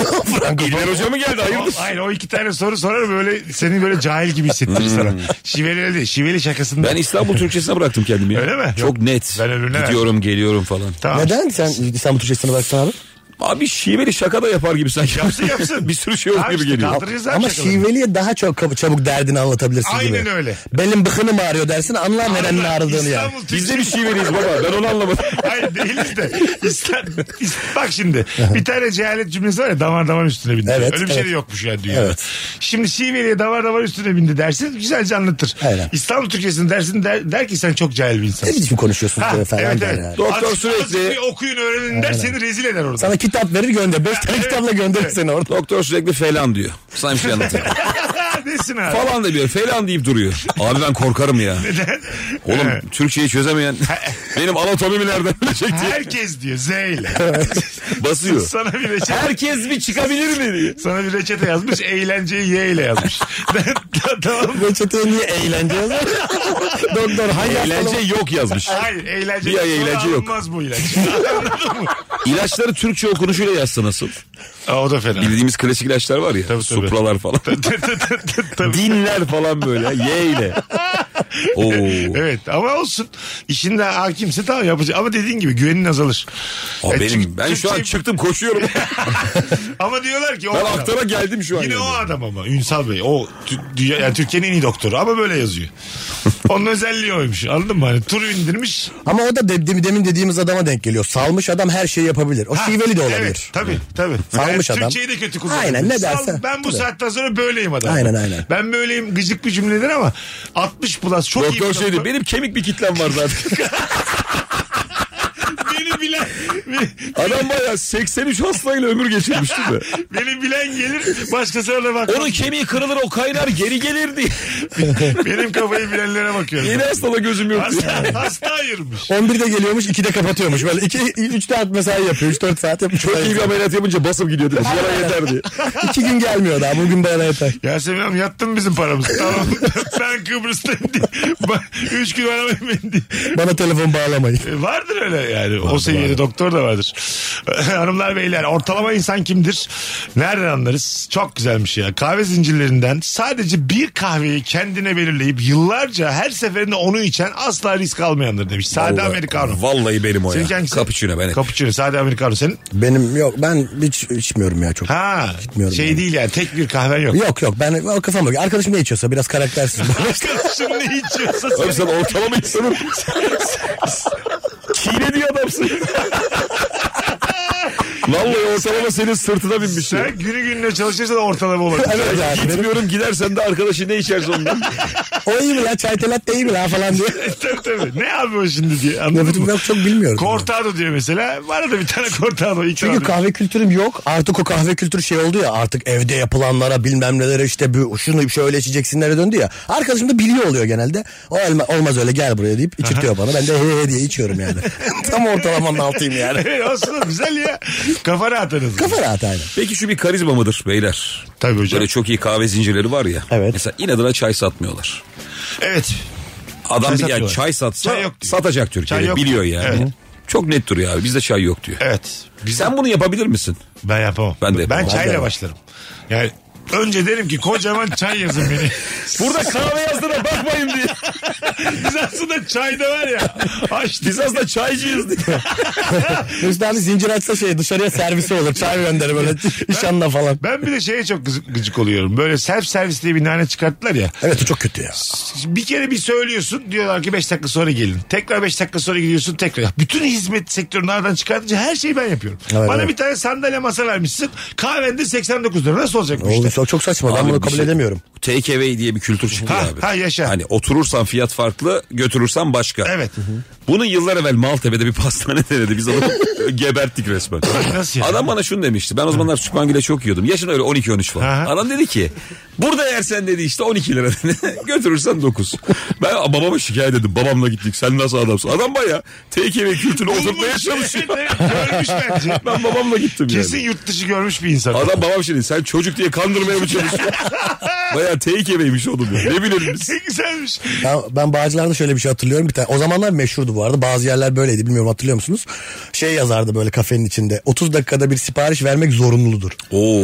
S4: İlber Hoca mı geldi?
S3: O-
S4: Hayırdır?
S3: Hayır o iki tane soru sorar böyle seni böyle cahil gibi hissettirir sana. Şiveli öyle değil. Şiveli şakasında.
S4: Hmm. Ben İstanbul Türkçesine bıraktım kendimi. ya.
S3: Öyle mi?
S4: Çok
S3: Yok.
S4: net.
S3: Ben öbürüne
S4: Gidiyorum geliyorum falan.
S3: Tamam.
S5: Neden sen İstanbul Türkçesine baksana abi?
S4: Abi şiveli şaka da yapar gibi sanki.
S3: Yapsın yapsın.
S4: (laughs) bir sürü şey olur
S3: Abi
S4: gibi
S3: işte
S4: geliyor.
S3: kaldırırız abi
S5: Ama
S3: şakaları.
S5: şiveliye daha çok kab- çabuk derdini anlatabilirsin gibi.
S3: Aynen öyle.
S5: Benim bıkınım ağrıyor dersin anlar neden
S3: Allah,
S5: ağrıdığını yani.
S3: İstanbul
S4: Biz de
S3: Türkçesi-
S4: bir şiveliyiz baba. Ben
S3: (laughs)
S4: onu anlamadım.
S3: Hayır değiliz de. İslam, İs- bak şimdi bir tane cehalet cümlesi var ya damar damar üstüne bindi.
S5: Evet,
S3: Öyle bir şey de
S5: evet.
S3: yokmuş ya dünyada.
S5: Evet.
S3: Şimdi Şiveli'ye damar damar üstüne bindi dersin güzelce anlatır.
S5: Aynen.
S3: İstanbul Türkçesini dersin der, der ki sen çok cahil bir
S5: Ne
S3: insansın.
S5: biçim konuşuyorsunuz
S3: Ha,
S5: böyle falan
S3: evet,
S5: der
S3: evet.
S5: yani.
S4: Doktor
S3: Azıcık-
S4: sürekli-
S3: azıcık bir okuyun öğrenin der seni rezil eder orada.
S5: Sana kitap verir gönder. Beş tane
S3: Evet,
S5: kitapla gönderir
S3: evet.
S5: seni orada.
S4: Doktor sürekli falan diyor. Sana bir
S3: (laughs)
S4: şey anlatıyor.
S3: Desin abi.
S4: falan da diyor. Falan deyip duruyor. Abi ben korkarım ya.
S3: Neden?
S4: Oğlum
S3: Evet.
S4: Türkçeyi çözemeyen benim anatomimi nereden bilecek diye
S3: Herkes diyor Z ile.
S4: basıyor.
S3: Sana bir reçete,
S4: Herkes bir çıkabilir mi diye.
S3: sana bir reçete yazmış. Eğlenceyi Y ile
S4: (laughs)
S3: yazmış. (laughs) tamam.
S5: Reçeteye niye eğlence yazar? Doktor hangi
S4: Eğlence
S5: hastalığı?
S4: yok yazmış.
S3: Hayır eğlence.
S4: Bir ay eğlence yok.
S3: Olmaz bu ilaç. (laughs)
S4: İlaçları Türkçe okunuşuyla yazsa nasıl?
S3: Aa, o da
S4: (laughs)
S3: fena. (laughs)
S4: Bildiğimiz klasik ilaçlar var ya.
S3: Tabii, tabii.
S4: Supralar falan. Dinler falan böyle. Y
S3: (laughs)
S4: ile. Oo.
S3: Evet ama olsun. İşinde hakimse tamam yapacak. Ama dediğin gibi güvenin azalır.
S4: Abi
S3: E,
S4: benim
S3: çünkü-
S4: ben şu an
S3: çünkü-
S4: çıktım koşuyorum.
S3: Ama diyorlar ki o
S4: Ben
S3: adam.
S4: aktara geldim şu an.
S3: Yine
S4: yani.
S3: o adam ama Ünsal Bey. O tü- dünya- yani Türkiye'nin en iyi doktoru ama böyle (laughs) yazıyor. Onun özelliği oymuş. Anladın mı? Hani tur indirmiş.
S5: Ama o da de- de- demin dediğimiz adama denk geliyor. Salmış adam her şeyi yapabilir. O
S3: Ha,
S5: şiveli de olabilir.
S3: Evet, tabii tabii.
S5: Salmış adam.
S3: Türkçeyi de kötü kullanıyor.
S5: Aynen, ne
S3: Sal-
S5: derse.
S3: Ben bu
S5: Tabii.
S3: saatten sonra böyleyim adam.
S5: Aynen, aynen.
S3: Ben böyleyim gıcık bir cümledir ama 60 plus çok iyi. bir
S4: Doktor şey diyor
S3: doktor.
S4: benim kemik bir kitlem var zaten.
S3: Beni bilen,
S4: Adam bayağı 83 hastayla ömür geçirmiş değil mi?
S3: (laughs) beni bilen gelir başkasına da bak.
S4: (laughs) Onun kemiği kırılır o kaynar geri gelir diye.
S3: Benim kafayı bilenlere bakıyorum.
S4: Yeni hastala gözüm yok diye. (laughs)
S3: Hasta, hasta ayırmış.
S5: 11'de geliyormuş 2'de kapatıyormuş. Böyle 2 3 4 mesai yapıyor. 3 4 saat yapmış.
S4: Çok iyi bir ameliyat yapınca basım gidiyor dedi. Yara yeter
S5: (laughs)
S4: diye.
S5: 2 gün gelmiyor daha. Bugün bayana yeter.
S3: Yasemin Hanım yattın bizim paramız. Tamam ben Kıbrıs'tayım diye. Ba- Üç gün aramayın beni diye.
S5: Bana telefon bağlamayın.
S3: E, Vardır öyle yani. o seviyede doktor da vardır. (laughs) Hanımlar beyler ortalama insan kimdir? Nereden anlarız? Çok güzelmiş ya. Kahve zincirlerinden sadece bir kahveyi kendine belirleyip yıllarca her seferinde onu içen asla risk almayandır demiş. Sade Amerikano.
S4: Vallahi benim o ya.
S3: Seninki hangisi?
S4: Cappuccino ben. hep.
S3: Cappuccino sade Amerikano senin.
S5: Benim yok ben hiç içmiyorum ya çok.
S3: Ha
S5: Gitmiyorum
S3: şey
S5: yani.
S3: değil yani tek bir kahven yok.
S5: Yok yok ben o kafam yok. Arkadaşım ne içiyorsa biraz
S4: (laughs)
S5: karaktersiz.
S3: Arkadaşın ne içiyorsa
S4: Oğlum sen ortalama insanın (laughs) çiğne diye adamsın. (laughs) Vallahi ortalama senin sırtına binmiş. ya.
S3: sen günü gününe çalışırsan ortalama (laughs) olabilir.
S5: evet abi benim.
S4: Gitmiyorum gidersen de arkadaşı ne içerse ondan.
S5: O iyi mi lan çay telat değil mi lan falan
S4: (laughs)
S5: diye.
S3: tabii tabii. Ne abi o şimdi diye
S5: Ne
S3: anladın
S5: bileyim,
S3: mı?
S5: yok çok bilmiyorum.
S3: Cortado diyor mesela. Var da bir tane Cortado. ikram
S5: Çünkü kahve kültürüm yok. Artık o kahve kültürü şey oldu ya artık evde yapılanlara bilmem nelere işte bir, şunu şöyle içeceksinlere döndü ya. Arkadaşım da biliyor oluyor genelde. O elma, olmaz öyle gel buraya deyip içirtiyor bana. Ben de he he diye
S4: (laughs)
S5: içiyorum yani. Tam ortalamanın altıyım yani.
S3: (laughs) Evet, Aslında güzel ya. Kafa rahat en azından.
S5: Kafa rahat aynen.
S4: Peki şu bir karizma mıdır beyler?
S3: Tabii hocam.
S4: Böyle çok iyi kahve zincirleri var ya.
S5: Evet.
S4: Mesela inadına çay satmıyorlar.
S3: Evet. Çay
S4: Adam bir yani
S3: satmıyorlar.
S4: çay satsa
S3: Çay yok diyor.
S4: satacak Türkiye'de
S3: Çay yok.
S4: biliyor yani.
S3: Evet.
S4: Çok net duruyor abi bizde çay yok diyor.
S3: Evet. Biz,
S4: Sen bunu yapabilir misin?
S3: ben yapamam.
S4: Ben de yapamam.
S3: Ben çayla
S4: Ben de.
S3: başlarım. Yani önce derim ki kocaman çay yazın beni.
S5: (laughs)
S4: Burada kahve yazdığına bakmayın diye.
S3: Biz aslında çayda var
S5: (laughs)
S3: ya. Açtık.
S4: Biz aslında çaycıyız diye.
S5: Hüsnü abi zincir açsa şey dışarıya servisi olur. Çay gönder böyle nişanla falan.
S3: Ben bir de şeye çok gıcık, gıcık oluyorum. Böyle self servis diye bir nane çıkarttılar ya.
S5: Evet o çok kötü ya.
S3: Bir kere bir söylüyorsun diyorlar ki 5 dakika sonra gelin. Tekrar 5 dakika sonra gidiyorsun tekrar. Bütün hizmet sektörünü aradan çıkartınca her şeyi ben yapıyorum.
S5: Evet,
S3: Bana
S5: evet.
S3: bir tane sandalye masa vermişsin. Kahven de 89 lira. Nasıl olacak bu
S5: Oğlum
S3: işte?
S5: çok, çok saçma ben
S4: Abi
S5: bunu
S4: bir
S5: kabul
S4: şey-
S5: edemiyorum.
S4: Take away diye bir kültür çıktı
S3: Ha,
S4: abi.
S3: ha, yaşa.
S4: Hani oturursan fiyat farklı, götürürsen başka.
S3: Evet.
S4: Bunu yıllar evvel Maltepe'de bir pastane denedi. Biz adamı (laughs) geberttik resmen.
S3: Nasıl yani?
S4: Adam bana şunu demişti. Ben o zamanlar süpangile çok yiyordum. Yaşım öyle 12-13 falan.
S3: Aha.
S4: Adam dedi ki burada yersen dedi işte 12 lira dedi. (laughs) Götürürsen 9. Ben babama şikayet ettim. Babamla gittik. Sen nasıl adamsın? Adam baya take away kültürünü oturtmaya çalışıyor.
S3: (laughs) Evet, evet, Görmüş bence.
S4: (laughs) Ben babamla gittim
S3: şey. Kesin
S4: yani.
S3: yurt dışı görmüş bir insan.
S4: Adam babam şimdi sen çocuk diye kandırmaya mı çalışıyorsun? Baya take away'miş oğlum ya. Ne bilelim biz.
S3: (laughs) Ne güzelmiş.
S5: Ben, ben Bağcılar'da şöyle bir şey hatırlıyorum. Bir tane, o zamanlar meşhurdu bu arada. Bazı yerler böyleydi bilmiyorum hatırlıyor musunuz? Şey yazardı böyle kafenin içinde. 30 dakikada bir sipariş vermek zorunludur.
S4: Oo.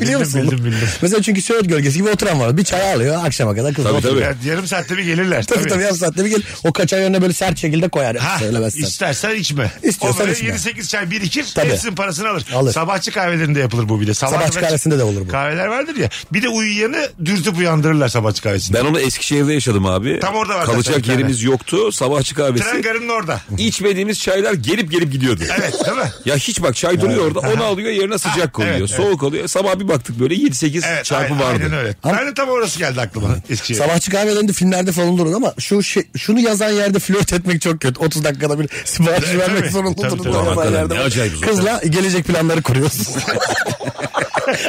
S5: Biliyor musun?
S3: Bildim, bildim, bildim.
S5: Mesela çünkü Söğüt gölgesi gibi oturan var. Bir çay alıyor akşama kadar kız
S4: Tabii,
S5: oturuyor.
S4: tabii.
S3: Evet, yarım saatte bir gelirler.
S5: (laughs) Tabii tabii yarım saatte bir gel. O kaçan yerine böyle sert şekilde koyar.
S3: Ha,
S5: Söylemezsen.
S3: istersen içme.
S5: İstiyorsan
S3: o böyle
S5: içme.
S3: 7-8 çay birikir
S5: Tabii.
S3: hepsinin parasını alır.
S5: Alır.
S3: Sabahçı kahvelerinde yapılır bu bir de. Sabah
S5: Sabahçı
S3: ve-
S5: kahvesinde de olur bu.
S3: Kahveler vardır ya. Bir de uyuyanı dürtüp uyandırırlar sabahçı kahvesinde.
S4: Ben onu Eskişehir'de yaşadım abi.
S3: Tam orada var zaten
S4: Kalacak
S3: bir tane.
S4: yerimiz yoktu. Sabahçı
S3: Tren
S4: kahvesi.
S3: garının orada.
S4: İçmediğimiz çaylar gelip gelip gidiyordu.
S3: Evet değil mi?
S4: Ya hiç bak çay duruyor orada onu alıyor yerine sıcak koyuyor.
S3: evet,
S4: Soğuk oluyor. Sabah bir baktık böyle 7-8
S3: Evet,
S4: çarpı
S3: aynen,
S4: vardı.
S3: Aynen öyle. Ben de tam orası geldi aklıma. Eskişehir.
S5: Sabahçı kahvelerinde filmlerde falan olur ama şu şey, şunu yazan yerde flört etmek çok kötü. 30 dakikada bir sipariş
S3: Tabii,
S5: vermek
S3: tabii.
S5: zorunludur.
S3: Tabii,
S5: Bunu
S3: tabii.
S5: yazan
S4: Hakikaten
S5: yerde
S4: ne
S5: var.
S4: acayip zor.
S5: Kızla gelecek
S3: (laughs)
S5: planları kuruyorsun.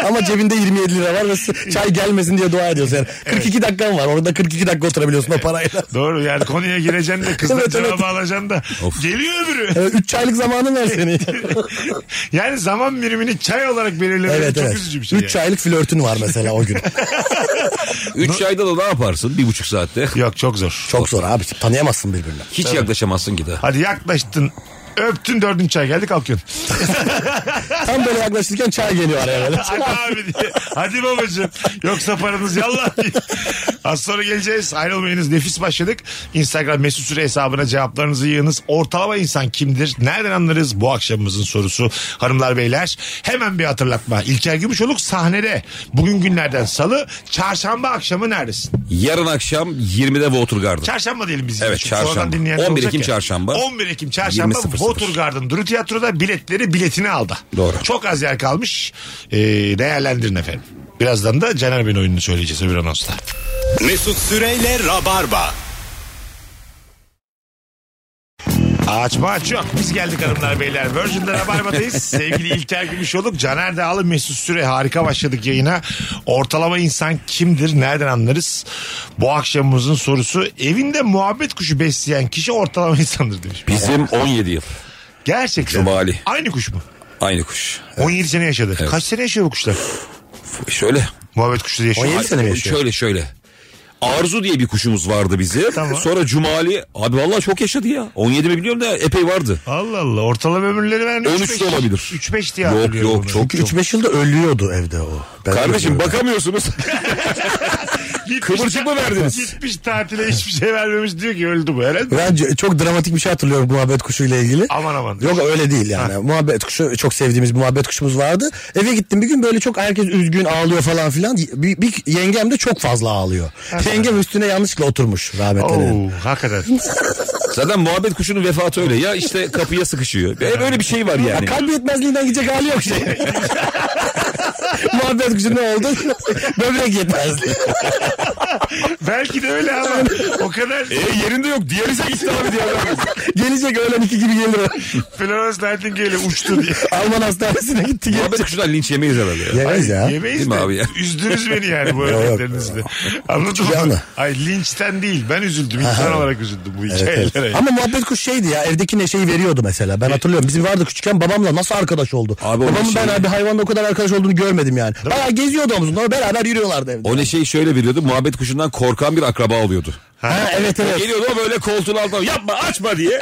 S5: ama cebinde 27 lira var ve s- çay gelmesin diye dua ediyorsun. Yani 42 dakikan var. Orada 42 dakika oturabiliyorsun o parayla.
S3: Doğru yani konuya gireceksin de kızdan
S5: (laughs) Evet,
S3: cevabı
S5: evet.
S3: alacaksın da. Geliyor öbürü.
S5: 3 çaylık zamanı ver
S3: (laughs)
S5: seni.
S3: Yani zaman birimini çay olarak belirlemek
S5: evet
S3: çok
S5: evet.
S3: üzücü bir
S5: 3
S3: şey. yani.
S5: çaylık flörtün var mesela o gün.
S4: 3 çayda da ne yaparsın bir
S3: (laughs)
S4: buçuk saatte?
S3: Yok çok zor.
S5: Çok zor abi. Tanıyamazsın birbirini.
S4: Hiç yaklaşamazsın ki de.
S3: Hadi yaklaştın. Öptün dördüncü çay geldi kalkıyorsun.
S5: Tam böyle yaklaşırken çay geliyor
S3: (laughs)
S5: araya böyle.
S3: Hadi abi diye. Hadi babacığım. Yoksa paranız yallah diye. Az sonra geleceğiz. Ayrılmayınız. Nefis başladık. Instagram mesut süre hesabına cevaplarınızı yığınız. Ortalama insan kimdir? Nereden anlarız? Bu akşamımızın sorusu. Hanımlar beyler hemen bir hatırlatma. İlker Gümüşoluk sahnede. Bugün günlerden salı. Çarşamba akşamı neredesin?
S4: Yarın akşam 20'de Watergarden.
S3: Çarşamba diyelim biz.
S4: Evet,
S3: Çünkü
S4: çarşamba.
S3: sonradan dinleyenler
S4: 11
S3: olacak
S4: Ekim
S3: ya.
S4: çarşamba.
S3: 11 Ekim çarşamba
S4: 20.00.
S3: Watergarden Duru Tiyatro'da biletleri biletini aldı.
S4: Doğru.
S3: Çok az yer kalmış. Ee, değerlendirin efendim. Birazdan da Caner Bey'in oyununu söyleyeceğiz öbür anonsla.
S2: Mesut Süreyle Rabarba.
S3: Ağaç mağaç yok. Biz geldik hanımlar beyler. Virgin'de
S4: (laughs)
S3: Rabarba'dayız. Sevgili İlker Gümüşoluk, Caner Dağlı, Mesut Süre. Harika başladık yayına. Ortalama insan kimdir? Nereden anlarız? Bu akşamımızın sorusu evinde muhabbet kuşu besleyen kişi ortalama insandır demiş.
S4: Bizim 17 yıl.
S3: Gerçekten.
S4: Cumali.
S3: Aynı kuş mu?
S4: Aynı kuş.
S3: 17 sene yaşadı. Kaç sene yaşıyor bu kuşlar?
S4: Şöyle.
S3: Muhabbet kuşları yaşıyor.
S5: 17 sene mi yaşıyor?
S4: Şöyle şöyle. Arzu diye bir kuşumuz vardı bizim.
S3: Tamam.
S4: Sonra Cumali. Abi vallahi çok yaşadı ya. 17 mi biliyorum da epey vardı.
S3: Allah Allah. Ortalama ömürleri ben
S4: 13 de olabilir.
S3: 3-5 diye
S4: Yok,
S3: hatırlıyorum.
S4: yok,
S3: onu.
S4: çok.
S5: Çünkü 3-5 yılda ölüyordu evde o. Ben
S4: Kardeşim
S5: ölüyorum.
S3: (laughs)
S4: bakamıyorsunuz.
S3: Gitmiş
S4: Kıvırcık mı verdiniz?
S3: Gitmiş tatile hiçbir şey vermemiş diyor ki öldü bu herhalde.
S5: Ben c- çok dramatik bir şey hatırlıyorum muhabbet kuşuyla ilgili.
S3: Aman aman.
S5: Yok öyle değil yani. Muhabbet kuşu çok sevdiğimiz bir muhabbet kuşumuz vardı. Eve gittim bir gün böyle çok herkes üzgün ağlıyor falan filan. Bir, bir yengem de çok fazla ağlıyor. yengem üstüne yanlışlıkla oturmuş rahmetlerin.
S3: Oo, hakikaten.
S4: Zaten muhabbet kuşunun vefatı öyle. Ya işte kapıya sıkışıyor. Hep öyle bir şey var yani.
S5: Kalp yetmezliğinden gidecek hali
S3: (laughs)
S5: yok şey. muhabbet kuşu ne oldu? Böbrek yetmezliği.
S3: Belki de öyle ama o kadar
S4: E yerinde yok. Diyalize gitti abi diyalize.
S5: Gelecek öğlen iki gibi gelir. o.
S3: Florence Nightingale uçtu diye.
S5: Alman hastanesine gitti. geri
S4: Muhabbet kuşundan linç yemeyiz herhalde ya.
S5: Yemez ya.
S3: Yemeyiz
S4: Değil mi
S3: de
S4: abi ya?
S3: üzdünüz beni yani bu
S5: Yok, yok.
S3: örneklerinizle. Anladın
S4: şey
S5: Hiçbir
S3: mı?
S5: yana.
S3: Ay linçten değil ben üzüldüm. İnsan olarak üzüldüm bu hikayelere.
S5: Evet, evet. Ama muhabbet kuş şeydi ya evdeki neşeyi veriyordu mesela. Ben hatırlıyorum bizim vardı küçükken babamla nasıl arkadaş oldu.
S4: E- Abi o şey-
S5: Babamın
S4: neşeyi-
S5: ben abi hayvanla o kadar arkadaş olduğunu görmedim yani. Bayağı geziyordu omzunda beraber yürüyorlardı evde.
S4: O ne şey şöyle biliyordu. Muhabbet kuşundan korkan bir akraba oluyordu.
S5: Ha, evet evet.
S4: Geliyordu o böyle koltuğun altına yapma açma diye.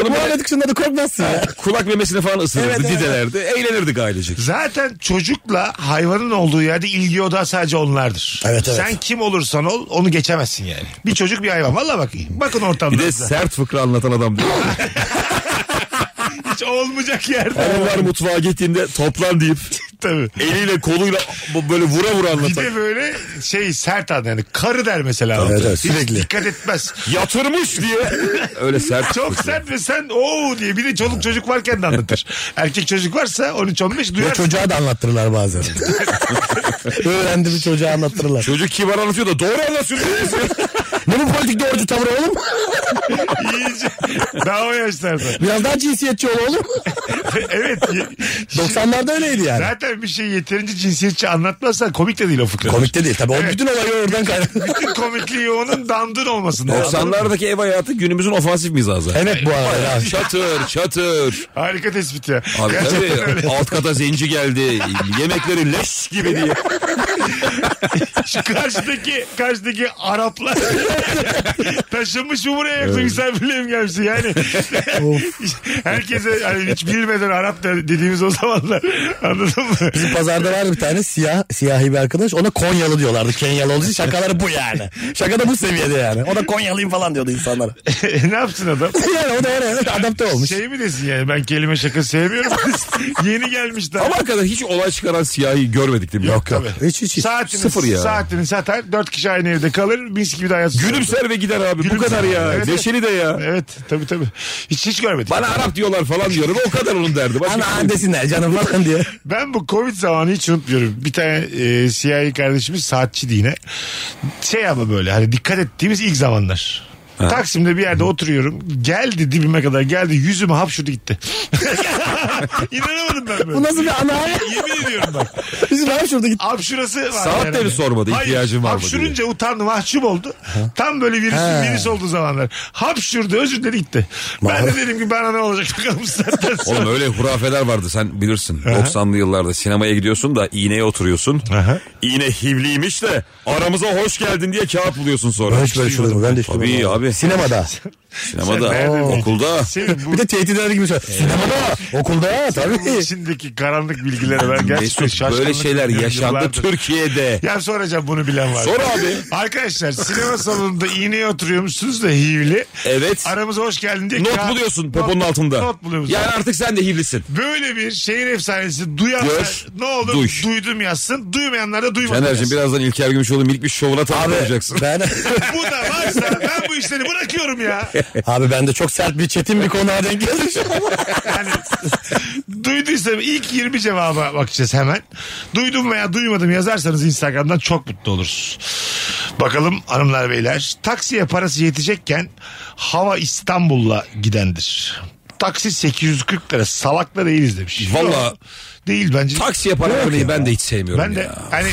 S5: Onu Muhammed Kuşu'nda da korkmazsın ya.
S4: (laughs) Kulak memesine falan ısırırdı,
S5: Evet, evet.
S4: didelerdi. Eğlenirdik ailecek.
S3: Zaten çocukla hayvanın olduğu yerde ilgi odağı sadece onlardır.
S5: Evet, evet.
S3: Sen kim olursan ol onu geçemezsin yani. Bir çocuk bir hayvan. Valla bak bakın
S4: Bir de
S3: ortamda.
S4: sert fıkra anlatan adam diyor.
S3: Hiç olmayacak yerde.
S4: Hanımlar mutfağa gittiğinde toplan deyip
S3: Tabii.
S4: eliyle koluyla bu- böyle vura vura
S3: Bir
S4: anlatan.
S3: de böyle şey sert adam yani karı der mesela.
S5: Evet, evet,
S3: Hiç
S5: sürekli.
S3: Dikkat etmez.
S4: Yatırmış diye. Öyle sert.
S3: Çok
S4: fıkra.
S3: sert ve sen ooo diye bir de çoluk çocuk varken de anlatır. Erkek çocuk varsa 13-15
S5: Ve
S3: duyar.
S5: çocuğa da anlattırırlar
S4: (laughs)
S5: bazen. Öğrendi bir çocuğa anlattırırlar.
S4: Çocuk kibar anlatıyor da doğru anlatıyor. (laughs)
S5: ne bu politik doğrucu tavır oğlum?
S3: (laughs) İyice. Daha o yaşlarda.
S5: Biraz daha cinsiyetçi ol oğlum.
S3: evet.
S5: 90'larda öyleydi yani.
S3: Zaten bir şey yeterince cinsiyetçi anlatmazsan komik de değil o fıkra.
S5: Komik de değil tabii. O bütün olayı
S4: (laughs)
S5: oradan kaynaklı.
S3: Bütün komikliği onun dandun olmasında. Anladın mı?
S4: 90'lardaki ev hayatı günümüzün ofansif mizahı.
S5: Evet bu arada. ya.
S4: Çatır çatır.
S3: Harika tespit ya.
S4: Abi
S3: Gerçekten öyle.
S4: tabii alt kata zenci geldi. Yemekleri leş gibi diye.
S3: Şu karşıdaki, karşıdaki Araplar (laughs) taşınmış mı buraya yoksa misafirliğe mi gelmiş? Yani (laughs) herkese hani hiç bilmeden Arap de- dediğimiz o zamanlar. Anladın mı?
S5: Bizim pazarda vardı bir tane siyah siyahi bir arkadaş. Ona Konyalı diyorlardı. Kenyalı olduğu için şakaları bu yani. Şaka da bu seviyede yani. O da Konyalıyım falan diyordu insanlara.
S3: E, ne yapsın adam?
S5: yani o da öyle adapte olmuş.
S3: Şey mi desin yani ben kelime şaka sevmiyorum. (laughs) Yeni gelmiş daha.
S4: Ama hakikaten hiç olay çıkaran siyahi görmedik değil mi?
S5: Yok yok. Hiç hiç. hiç.
S3: Saatini,
S4: Sıfır ya.
S3: saatini satar. Dört kişi aynı evde kalır. Mis gibi de hayat sürer.
S4: Gülümser ve gider abi. Bu
S3: Gülümser.
S4: kadar ya.
S3: Evet.
S4: Neşeli de ya.
S3: Evet tabii tabii. Hiç hiç görmedik.
S4: Bana Arap diyorlar falan diyorum. O kadar onun derdi. Başka bir şey
S5: Ana
S4: yok.
S5: desinler canım falan diye.
S3: Ben bu Covid zamanı hiç unutmuyorum. Bir tane e, siyahi kardeşimiz saatçiydi yine. Şey ama böyle hani dikkat ettiğimiz ilk zamanlar. Taksim'de bir yerde oturuyorum. Geldi dibime kadar geldi. Yüzüme hapşurdu
S4: (laughs)
S3: gitti. İnanamadım ben böyle.
S5: Bu nasıl bir ana?
S3: Yemin ediyorum bak.
S5: Bizim abi şurada gitti.
S3: Hapşurası var.
S4: Saat de mi sormadı, ihtiyacın var mı
S3: Hapşurunca utandı mahcup oldu. Tam böyle virüs,
S5: Ha.
S3: virüs olduğu zamanlar. Hapşurdu özür dedi gitti. Ben de
S5: Maalesef.
S3: dedim ki bana ne olacak bakalım bu saatten sonra.
S4: Oğlum öyle hurafeler vardı sen bilirsin. 90'lı yıllarda sinemaya gidiyorsun da iğneye oturuyorsun.
S3: Aha.
S4: İğne hivliymiş de aramıza hoş geldin diye kağıt buluyorsun sonra.
S5: Ben hiç böyle şey olur. Ben de hiç
S4: Tabii
S5: duymadım.
S4: abi.
S5: Sinemada.
S4: Sinemada,
S3: Sen nereden
S4: Oo. okulda.
S3: Senin bu
S5: Bir de tehdit eder gibi. söylüyor. Sinemada. Okulda
S3: Bunun (laughs)
S5: tabii.
S3: içindeki karanlık bilgilere ben gerçekten
S4: Mesut
S3: şaşkınlık
S4: böyle şeyler
S3: duyuyorum
S4: yaşandı
S3: yıllardır.
S4: Türkiye'de.
S3: (laughs) Ya soracağım bunu bilen var.
S4: Sor abi.
S3: Arkadaşlar sinema salonunda iğneye oturuyormuşsunuz da hivli.
S4: Evet.
S3: Aramıza hoş geldin diye.
S4: Not
S3: kağıt-
S4: buluyorsun poponun altında.
S3: Not buluyoruz.
S4: Yani artık sen de hivlisin.
S3: Böyle bir şehir efsanesi duyanlar
S4: Gör,
S3: ne olur
S4: duy.
S3: duydum yazsın. Duymayanlar da duymadı.
S4: Caner'cim
S3: yazsın.
S4: birazdan İlker Gümüşoğlu'nun minik bir şovuna tabi (laughs) olacaksın.
S5: Ben,
S3: Bu da varsa ben bu işleri bırakıyorum ya.
S5: abi ben de çok sert bir (laughs) çetin bir konuğa
S4: (laughs)
S5: denk geldim şu an.
S3: Yani duyduysam ilk 20 cevaba bakacağız hemen. Duydum veya duymadım yazarsanız Instagram'dan çok mutlu oluruz. Bakalım hanımlar beyler. Taksiye parası yetecekken hava İstanbul'la gidendir. Taksi 840 lira salak da değiliz demiş.
S4: Valla-
S3: Yok, Değil bence.
S4: Taksiye para örneği ben de hiç sevmiyorum
S3: ben de
S4: ya.
S3: hani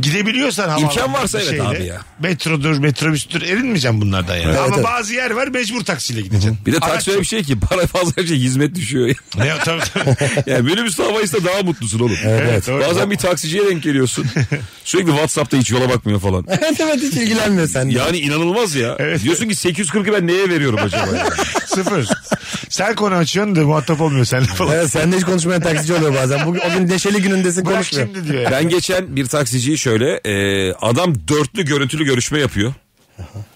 S3: gidebiliyorsan hava
S4: İmkan varsa evet abi ya.
S3: Metrodur, metrobüstür erinmeyeceğim bunlardan yani.
S5: Evet,
S3: Ama
S5: evet.
S3: bazı yer var mecbur taksiyle gideceksin.
S4: Bir de taksi öyle bir şey ki para fazla şey
S3: (laughs)
S4: hizmet düşüyor.
S3: Ne, tabii, tabii.
S4: yani minibüs havaysa daha mutlusun oğlum.
S3: Evet, doğru.
S4: Bazen bir taksiciye
S3: (laughs)
S4: denk geliyorsun. Sürekli Whatsapp'ta hiç yola bakmıyor falan.
S5: evet evet hiç ilgilenmiyor sen.
S4: Yani inanılmaz ya.
S3: Evet.
S4: Diyorsun ki 840'ı ben neye veriyorum
S3: (laughs)
S4: acaba? ya?
S3: Sıfır. Sen konu açıyorsun da muhatap olmuyor seninle falan.
S5: Evet, sen de hiç konuşmayan taksici oluyor bazen. Bugün o gün neşeli günündesin
S3: Bırak
S5: konuşmuyor.
S3: şimdi diyor. (laughs) ya.
S4: ben geçen bir taksiciyi şöyle e, adam dörtlü görüntülü görüşme yapıyor.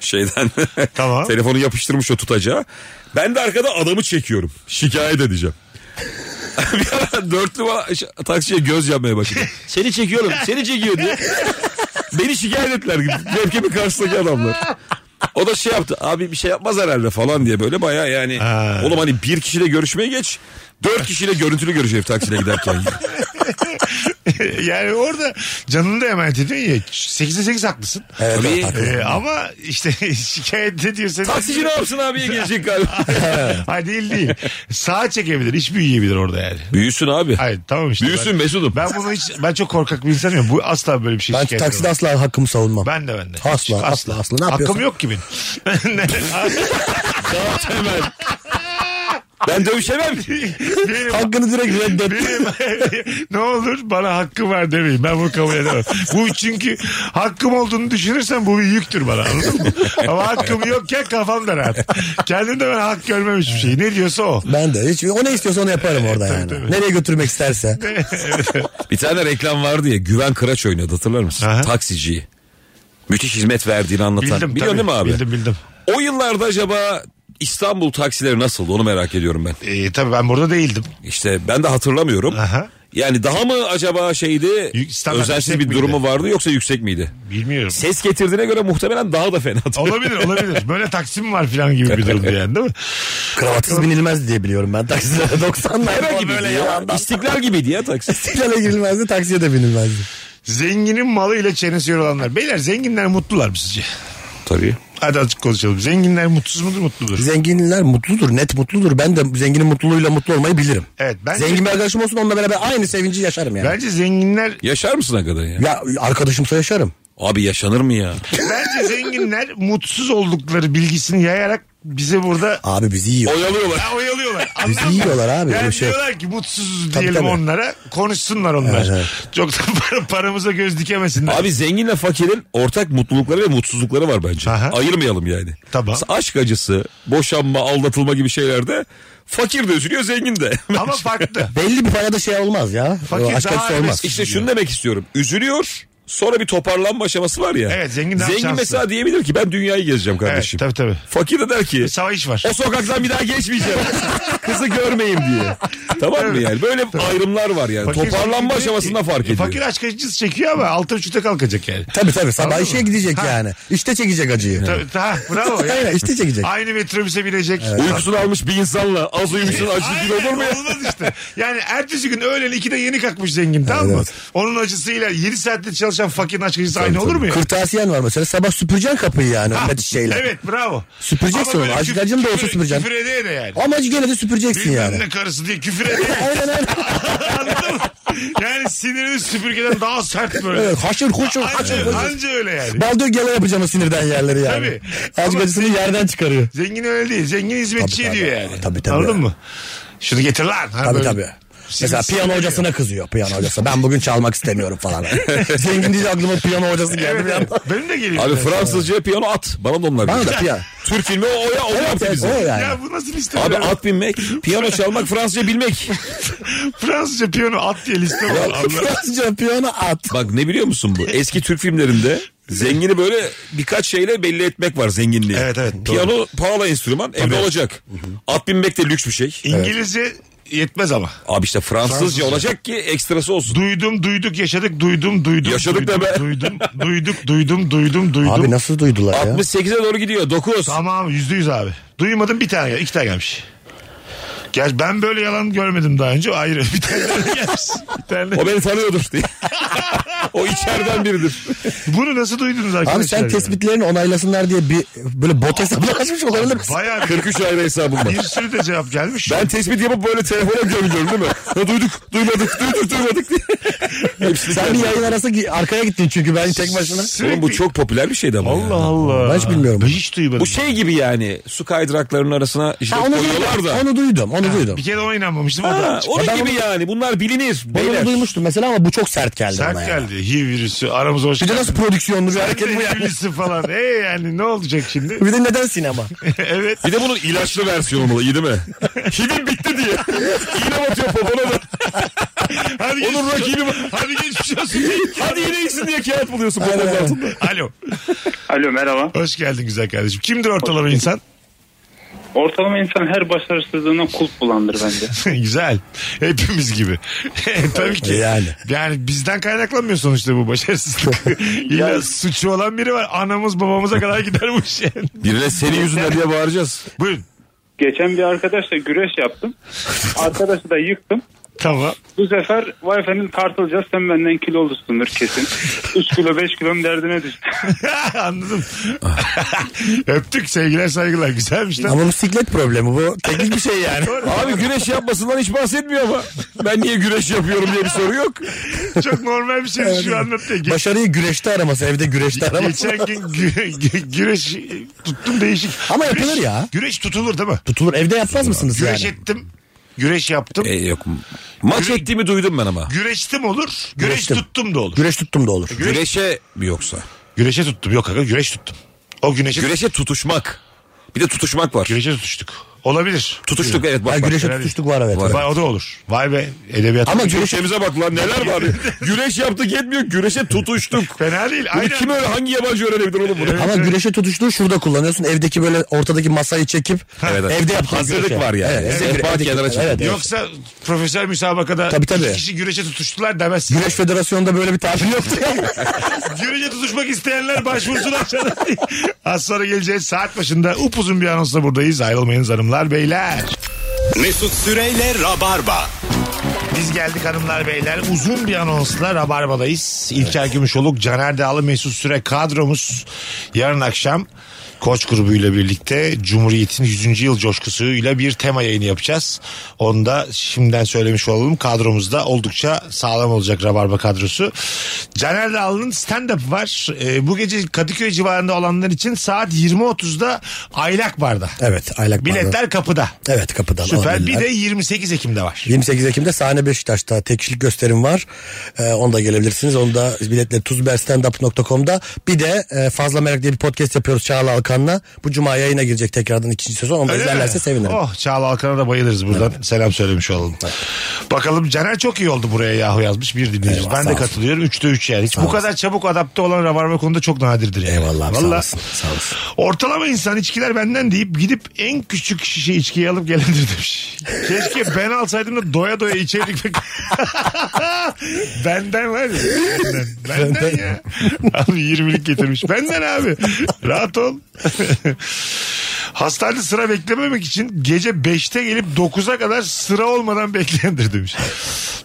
S4: Şeyden (laughs)
S3: Tamam.
S4: telefonu yapıştırmış o tutacağı. Ben de arkada adamı çekiyorum. Şikayet edeceğim. (laughs) bir ara dörtlü bana- taksiciye göz yapmaya başladı. seni çekiyorum seni çekiyor diye. (laughs) Beni şikayet ettiler. Webcam'in karşısındaki adamlar. O da şey yaptı. Abi bir şey yapmaz herhalde falan diye böyle baya yani.
S3: Ha.
S4: Oğlum hani bir kişiyle görüşmeye geç. Dört kişiyle görüntülü görüş herif taksiyle giderken.
S3: yani orada canını da emanet ediyorsun ya. 8'e 8 haklısın.
S5: Evet,
S4: Tabii.
S5: evet, haklı.
S3: Ee, ama işte (laughs) şikayet ediyorsan.
S4: Taksici ne yapsın abiye gelecek (laughs) galiba.
S3: Hayır değil değil. Sağa çekebilir. iş büyüyebilir orada yani.
S4: Büyüsün abi.
S3: Hayır tamam işte.
S4: Büyüsün
S3: ben,
S4: Mesut'um.
S3: ben bunu hiç ben çok korkak bir insanım ya. Bu asla böyle bir şey
S5: Ben
S3: şikayet
S5: takside
S3: edemem.
S5: asla hakkımı savunmam.
S3: Ben de ben de.
S5: Asla,
S3: Hiç-
S5: asla, asla.
S3: (laughs)
S5: Ne
S3: Hakkım
S5: yapıyorsun?
S3: yok ki benim. Ne-
S4: Ben dövüşemem.
S3: (laughs)
S4: (laughs)
S3: Benim-
S5: Hakkını direkt reddet.
S3: Benim (laughs) ne olur bana hakkı var demeyin. Ben bunu kabul edemem. Bu çünkü hakkım olduğunu düşünürsen bu bir yüktür bana anladın mı? Ama hakkım yokken kafam da rahat. Kendim de ben hak görmem hiçbir şeyi. Ne diyorsa o.
S5: Ben de. Hiç, o ne istiyorsa onu
S3: E,
S5: yaparım orada yani. Nereye götürmek isterse.
S4: Bir tane reklam vardı ya Güven Kıraç oynadı hatırlar mısın?
S3: Aha.
S4: Taksiciyi. Müthiş hizmet verdiğini anlatan.
S3: Bildim
S4: Biliyorsun
S3: tabii.
S4: değil mi abi?
S3: Bildim bildim.
S4: O yıllarda acaba İstanbul taksileri nasıldı onu merak ediyorum ben.
S3: Ee, tabii ben burada değildim.
S4: İşte ben de hatırlamıyorum.
S3: Aha.
S4: Yani daha mı acaba şeydi
S3: Yük- standart
S4: özensiz
S3: yüksek
S4: bir
S3: miydi?
S4: durumu vardı yoksa yüksek miydi?
S3: Bilmiyorum.
S4: Ses getirdiğine göre muhtemelen daha da fena.
S3: Olabilir olabilir. Böyle taksim var falan gibi bir durumdu yani değil mi?
S5: Kravatsız binilmez diye biliyorum ben. (laughs) Taksilere 90'lar
S4: gibiydi
S5: böyle
S4: ya.
S5: yalandan.
S4: İstiklal gibiydi ya taksi.
S5: Silale girilmezdi taksiye de binilmezdi.
S3: Zenginin malıyla çenesi yorulanlar. Beyler zenginler mutlular mı sizce?
S4: Tabii.
S3: Hadi açık konuşalım. Zenginler mutsuz mudur mutludur?
S5: Zenginler mutludur net mutludur. Ben de zenginin mutluluğuyla mutlu olmayı bilirim.
S3: Evet, ben-
S5: Zengin bir arkadaşım olsun onunla beraber aynı sevinci yaşarım yani.
S3: Bence zenginler
S4: Yaşar mısın hakikaten ya?
S5: Ya arkadaşımsa yaşarım.
S4: Abi yaşanır mı ya?
S3: Bence zenginler mutsuz oldukları bilgisini yayarak bize burada
S5: Abi bizi yiyor.
S4: Oyalıyorlar.
S3: Ha, oyalıyorlar.
S5: Bizi
S3: Anladın mı?
S5: yiyorlar abi, öyle
S3: Yani
S5: bir şey yok.
S3: diyorlar ki mutsuzuz
S5: Tabii,
S3: diyelim
S5: tabii.
S3: onlara. Konuşsunlar onlar.
S5: Evet, evet.
S3: Çok da para- paramıza göz dikemesinler.
S4: Abi zenginle fakirin ortak mutlulukları ve mutsuzlukları var bence.
S3: Aha.
S4: Ayırmayalım yani.
S3: Tamam.
S4: Mesela Aşk acısı, boşanma, aldatılma gibi şeylerde fakir de üzülüyor, zengin de.
S3: (laughs)
S4: (laughs)
S3: Ama farklı.
S5: Belli bir parada şey olmaz ya.
S3: Fakir
S5: Aşk
S3: daha
S5: acısı olmaz.
S3: agresif.
S4: işte şunu demek istiyorum. Üzülüyor, sonra bir toparlanma aşaması var ya.
S3: Evet, zengin daha şanslı.
S4: mesela diyebilir ki ben dünyayı gezeceğim
S3: evet,
S4: kardeşim.
S3: tabii tabii.
S4: Fakir de der ki
S3: Savaş var.
S4: o sokaktan bir
S3: (laughs)
S4: daha geçmeyeceğim. Kızı görmeyeyim diye. Tamam mı
S3: Evet.
S4: yani? Böyle ayrımlar var yani.
S3: Fakir-
S4: Toparlanma aşamasında fark ediyor.
S3: E, Fakir aşk acısı çekiyor ama altı buçukta kalkacak yani.
S5: Tabii tabii sabah
S3: Anladın
S5: işe
S3: mı?
S5: gidecek
S3: Ha.
S5: yani. İşte çekecek acıyı.
S3: Tabii, ha, bravo. ya.
S5: (laughs) Aynen işte çekecek.
S3: Aynı metrobüse binecek.
S4: Uykusunu almış bir insanla az uyumuşsun acı gün
S3: Aynen,
S4: olur mu ya?
S3: Olmaz işte. Yani ertesi gün öğlen 2'de yeni kalkmış zengin tamam mı?
S5: Evet.
S3: Onun acısıyla 7 saatte çalışan fakirin aşk acısı aynı olur mu ya?
S5: Kırtasiyen var mesela sabah süpüreceksin kapıyı yani
S3: Ha,
S5: öyle şeyle.
S3: Evet bravo.
S5: Süpüreceksin
S3: Ama
S5: onu.
S3: böyle
S5: Acık
S3: küf-
S5: acım da olsa
S3: küfür-
S5: süpüreceksin.
S3: Küfür edeye de yani.
S5: Ama acı gene de süpüreceksin
S3: Bilmem
S5: yani.
S3: ne karısı diye küfür edeye.
S5: (laughs) Aynen aynen.
S3: Anladın mı? Yani sinirini süpürgeden daha sert böyle.
S5: Evet, haşır huşur haşır
S3: Anca,
S5: huşur.
S3: anca öyle yani.
S5: Baldır gele yapacağım o sinirden yerleri yani.
S3: Tabii.
S5: Acık
S3: Ama-
S5: acısını yerden çıkarıyor.
S3: Zengin öyle değil. Zengin hizmetçi
S5: Tabii,
S3: ediyor
S5: tabii.
S3: yani.
S5: Tabii, tabii.
S3: Anladın mı? Şunu getir lan. Ha,
S5: Tabii
S3: böyle-
S5: tabii. Mesela
S3: Sinir-
S5: piyano hocasına kızıyor piyano hocası. Ben bugün çalmak istemiyorum
S3: (laughs)
S5: falan. Zengin deyince aklıma piyano hocası geldi
S3: Evet,
S5: bir
S3: evet.
S5: anda.
S3: Benim de geliyor.
S4: Abi Fransızca piyano at. Bana da onlar
S5: Bana
S4: bilir.
S5: da piyano.
S4: Türk filmi o, o ya o yaptı
S5: Evet,
S4: bizi.
S5: o yani. (laughs)
S3: ya bu nasıl liste?
S4: Abi
S3: böyle?
S4: at binmek, piyano çalmak, Fransızca bilmek.
S3: Fransızca piyano at diye liste var. Allah.
S5: Fransızca piyano at.
S4: Bak ne biliyor musun bu? Eski Türk filmlerinde zengini böyle birkaç şeyle belli etmek var zenginliği.
S3: Evet, evet, doğru.
S4: Piyano pahalı enstrüman evde olacak. At binmek de lüks bir şey.
S3: İngilizce yetmez ama.
S4: Abi işte Fransızca,
S3: Fransızca.
S4: olacak ki ekstrası olsun.
S3: Duydum duyduk yaşadık duydum duydum.
S4: Yaşadık
S3: duydum,
S4: da be.
S3: Duydum duyduk duydum duydum duydum.
S5: Abi nasıl duydular ya?
S4: 68'e doğru gidiyor 9.
S3: Tamam yüzde yüz abi. Duymadım bir tane gel- iki tane gelmiş. Gerçi ben böyle yalan görmedim daha önce. Ayrı (laughs) bir tane daha gelmiş. Bir tane.
S4: O beni tanıyordur diye. o içeriden biridir.
S3: Bunu nasıl duydunuz arkadaşlar?
S5: Abi sen
S3: ya?
S5: tespitlerini onaylasınlar diye bir böyle bot hesabı (laughs) açmış olabilir misin?
S3: Bayağı bir,
S4: 43 ayrı hesabım var.
S3: bir sürü de cevap gelmiş.
S4: Ben tespit yapıp böyle telefona gömülüyorum değil mi? Ha, duyduk, duymadık, duyduk, duymadık diye. (laughs) Hepsini
S5: Sen bir
S4: kendim-
S5: yayın arası gi- arkaya gittin çünkü ben tek başına.
S3: Sürekli-
S4: Oğlum bu çok popüler bir şeydi ama ya.
S3: Allah Allah.
S5: Ben hiç bilmiyorum.
S3: Ben hiç duymadım.
S4: Bu şey gibi yani su kaydıraklarının arasına jilet
S5: Ha, onu
S4: koyuyorlar
S5: duydum.
S4: da.
S5: Onu duydum. Onu duydum.
S3: Bir kere ona inanmamıştım. o da
S4: Ha, onun
S5: Ben
S4: gibi
S5: onu-
S4: yani bunlar bilinir.
S5: Ben
S4: Beyler.
S5: onu duymuştum mesela ama bu çok sert geldi
S3: sert
S5: bana ya.
S3: geldi. HIV virüsü aramıza hoş
S5: Bir de nasıl prodüksiyonlu bir
S3: Sen de
S5: hareket bu yani?
S3: evlisin falan. E yani ne olacak şimdi?
S5: Bir de
S4: (laughs)
S5: neden sinema?
S3: (laughs) evet.
S4: Bir de bunun ilaçlı versiyonu olmalı iyi değil
S5: (laughs)
S4: mi? Hibim bitti diye. İğne batıyor popona da.
S3: Hadi geç-
S4: Onun rakibi var.
S3: Hadi geçmiş olsun.
S4: Hadi yine iyisin diye kağıt buluyorsun poponun
S5: Aynen.
S4: altında.
S3: Alo.
S6: Alo merhaba.
S3: Hoş geldin güzel kardeşim. Kimdir ortalama insan?
S6: Ortalama insan her başarısızlığına kulp bulandır bence.
S3: (laughs) güzel. Hepimiz gibi. (laughs) Tabii ki.
S5: Yani.
S3: Yani bizden kaynaklanmıyor sonuçta bu
S5: (laughs)
S3: başarısızlık. (laughs) İlla suçu olan biri var. Anamız babamıza kadar gider bu iş yani. (laughs)
S4: Birine senin yüzünden diye bağıracağız.
S3: Buyurun.
S6: Geçen bir arkadaşla güreş yaptım. Arkadaşı da yıktım.
S3: Tamam.
S6: Bu sefer Wi-Fi'nin tartılacağız. Sen benden kilo olursundur kesin. 3 kilo 5 kilom derdine düştü.
S3: (laughs) Anladım. (laughs) Öptük sevgiler saygılar. Güzelmiş lan.
S5: Ama bu siklet problemi bu. Teknik
S4: (laughs)
S5: bir şey yani.
S4: Abi güreş yapmasından hiç bahsetmiyor ama. Ben niye güreş yapıyorum diye bir soru yok.
S3: Çok normal bir şey şu anlattı. Ge-
S5: Başarıyı güreşte araması. Evde güreşte araması.
S3: geçen gün gü- gü- güreş tuttum değişik.
S5: Ama
S3: Güreş-
S5: yapılır ya.
S3: Güreş tutulur değil mi?
S5: Tutulur. Evde yapmaz mısınız
S3: Güreş
S5: yani?
S3: ettim. Güreş yaptım.
S4: E, yok. Maç
S3: Güre-
S4: ettiğimi duydum ben ama.
S3: Güreştim olur. Güreş
S5: Güreştim.
S3: tuttum da olur.
S5: Güreş tuttum da olur.
S4: Güreşe mi yoksa?
S3: Güreşe tuttum. Yok aga güreş tuttum. O güneşe,
S4: Güreşe tutuşmak. Bir de tutuşmak var.
S3: güreşe tutuştuk. Olabilir.
S4: Tutuştuk evet bak.
S5: Ha,
S4: bak.
S5: güreşe
S3: helal
S5: tutuştuk var evet.
S4: Var.
S3: Vay, o da olur. Vay be edebiyat.
S5: Ama
S4: Güreş-
S5: güreş
S4: Güreşemize bak lan neler var. (laughs) Güreş yaptık yetmiyor. Güreşe tutuştuk.
S3: Fena değil.
S4: Bunu
S3: Aynen.
S4: kim öyle hangi yabancı öğrenebilir oğlum bunu?
S5: ama güreşe tutuştuğu şurada kullanıyorsun. Evdeki böyle ortadaki masayı çekip
S4: Evet, evet.
S5: evde yaptığın
S4: Hazırlık
S5: güreşe.
S4: var yani.
S5: Evet,
S4: Sehpa
S5: evdeki-
S4: kenara çekiyor.
S5: evet, evet.
S3: Yoksa profesyonel müsabakada
S5: Tabii, tabii.
S3: iki kişi güreşe tutuştular demezsin.
S5: Güreş federasyonunda böyle bir tabir yoktu yani.
S4: (laughs)
S3: (laughs) Güreşe tutuşmak isteyenler başvursun aşağıda. (laughs) Az sonra geleceğiz. Saat başında upuzun bir anonsla buradayız. Ayrılmayınız hanımlar beyler.
S2: Mesut Süreyle Rabarba.
S3: Biz geldik hanımlar beyler. Uzun bir anonsla Rabarba'dayız. İlker Gümüşoluk, Caner Dağlı, Mesut Süre kadromuz. Yarın akşam Koç grubuyla birlikte Cumhuriyet'in 100. yıl coşkusuyla bir tema yayını yapacağız. Onu da şimdiden söylemiş olalım. Kadromuzda oldukça sağlam olacak Rabarba kadrosu. Caner Dağlı'nın stand-up var. Ee, bu gece Kadıköy civarında olanlar için saat 20.30'da Aylak Bar'da.
S5: evet aylak bağlı.
S3: Biletler kapıda.
S5: Evet kapıdan
S3: Süper. Bir
S5: alabilirler.
S3: de 28 Ekim'de var.
S5: 28 Ekim'de sahne Beşiktaş'ta tek kişilik gösterim var. Ee, onu da gelebilirsiniz. Onu da biletle tuzberstandup.com'da. Bir de e, Fazla Merak diye bir podcast yapıyoruz Çağla Alkan'la. Bu cuma yayına girecek tekrardan ikinci sezon. Onu da
S3: Öyle
S5: izlerlerse
S3: mi?
S5: sevinirim.
S3: Oh Çağla Alkan'a da bayılırız buradan. Selam söylemiş olalım. Bakalım Caner çok iyi oldu buraya yahu yazmış bir dinleyicimiz.
S5: Eyvah,
S3: Ben
S5: sağ
S3: de
S5: olsun.
S3: katılıyorum. Üçte üç yani. Hiç bu
S5: olasın.
S3: kadar çabuk adapte olan rabarba konuda çok nadirdir yani.
S5: Eyvallah abi, sağ
S3: Vallahi.
S5: olasın, sağ olasın.
S3: Ortalama insan içkiler benden deyip gidip en küçük şişe içkiyi alıp gelendir demiş. Keşke ben alsaydım da doya doya içerdik. (laughs) benden var ya. Benden, benden ya. Abi 20'lik getirmiş. Benden abi. Rahat ol. Hastanede sıra beklememek için gece 5'te gelip 9'a kadar sıra olmadan bekleyendir demiş.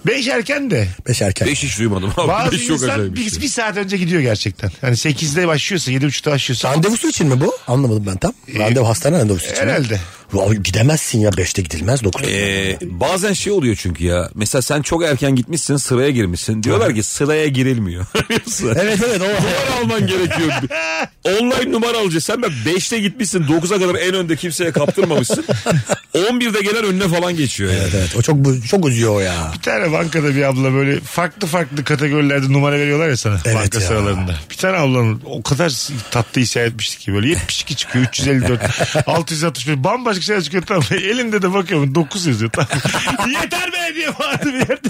S3: 5 erken de
S5: Beş erken.
S4: Beş hiç duymadım abi.
S3: bazı
S4: Beş çok
S3: insan
S4: acayip bir
S3: bir,
S4: şey.
S3: bir saat önce gidiyor gerçekten. Hani 8'de başlıyorsa 7.30'da başlıyorsa.
S5: Randevusu için mi bu? Anlamadım ben tam. Randevu hastane randevusu için mi?
S3: herhalde.
S5: Vallahi gidemezsin ya 5'te gidilmez 9'da.
S4: Ee, bazen şey oluyor çünkü ya. Mesela sen çok erken gitmişsin sıraya girmişsin. Diyorlar ki sıraya girilmiyor. (laughs)
S5: Evet evet o.
S3: (laughs)
S4: numara alman (laughs) gerekiyor. Online numara alacaksın. Sen bak 5'te gitmişsin 9'a kadar en önde kimseye kaptırmamışsın. 11'de gelen önüne falan geçiyor yani.
S5: Evet, evet, o çok bu- çok üzüyor o ya.
S3: Bir tane bankada bir abla böyle farklı farklı kategorilerde numara veriyorlar ya sana
S5: Evet
S3: banka
S5: ya.
S3: sıralarında. Bir tane ablanın o kadar tatlı isyan etmişti ki böyle 72 çıkıyor
S5: (laughs)
S3: 354 661 bambaşka şeyler çıkıyor tamam. Elinde de bakıyorum 9 yazıyor
S5: (laughs)
S3: tamam. Yeter be diye bağırdı bir yerde. (laughs)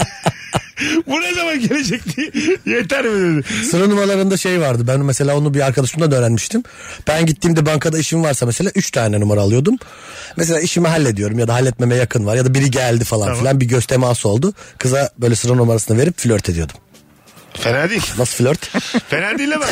S3: Bu ne zaman gelecek diye. Yeter be dedi.
S5: Sıra numaralarında şey vardı. Ben mesela onu bir arkadaşımdan da öğrenmiştim. Ben gittiğimde bankada işim varsa mesela 3 tane numara alıyordum. Mesela işimi hallediyorum ya da halletmeme yakın var ya da biri geldi falan filan bir göz teması oldu. Kıza böyle sıra numarasını verip flört ediyordum.
S3: Fena değil. (laughs)
S5: Nasıl flört?
S3: Fena değil ama.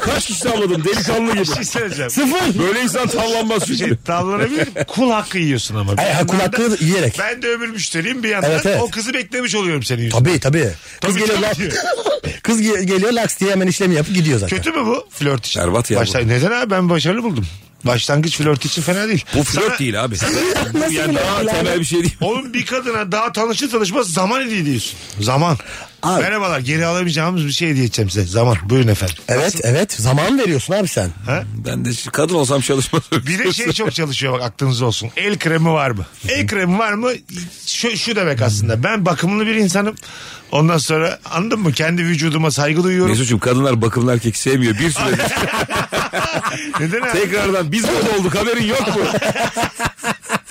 S4: Kaç kişi avladın delikanlı
S3: Bir
S4: gibi.
S3: şey söyleyeceğim.
S5: Sıfır.
S4: Böyle insan tavlanmaz çünkü.
S3: şey tavlanabilir. Kul hakkı yiyorsun ama.
S5: Ay, ha, kul hakkı
S3: Ben de-
S5: yiyerek.
S3: Ben de öbür müşteriyim bir yandan.
S5: Evet, evet.
S3: O kızı beklemiş oluyorum senin yüzünden.
S5: Tabii tabii. Kız
S3: Tabii,
S5: geliyor,
S3: tabii.
S5: laks- Kız ge- geliyor laks diye hemen işlemi yapıp gidiyor zaten.
S3: Kötü mü bu flört için?
S4: Berbat ya bu.
S3: Başla- Neden abi ben başarılı buldum. Başlangıç flört için fena değil.
S4: Bu flört
S3: Sana-
S4: değil abi. Bu yani daha temel bir şey değil.
S3: Oğlum bir kadına daha tanışır tanışmaz zaman hediye ediyorsun. Zaman.
S5: Abi.
S3: Merhabalar geri alamayacağımız bir şey hediye edeceğim size. Zaman buyurun efendim.
S5: Evet evet zaman veriyorsun abi sen.
S4: Ben de şu- kadın olsam çalışmaz.
S3: Bir de şey çok çalışıyor bak aklınızda olsun. El kremi var mı? El kremi var mı? Şu, şu demek aslında. Ben bakımlı bir insanım. Ondan sonra anladın mı? Kendi vücuduma saygı duyuyorum.
S4: Mesut'cum kadınlar bakımlı erkek sevmiyor. Bir süredir (laughs)
S3: Neden abi?
S4: tekrardan biz burada olduk haberin yok mu?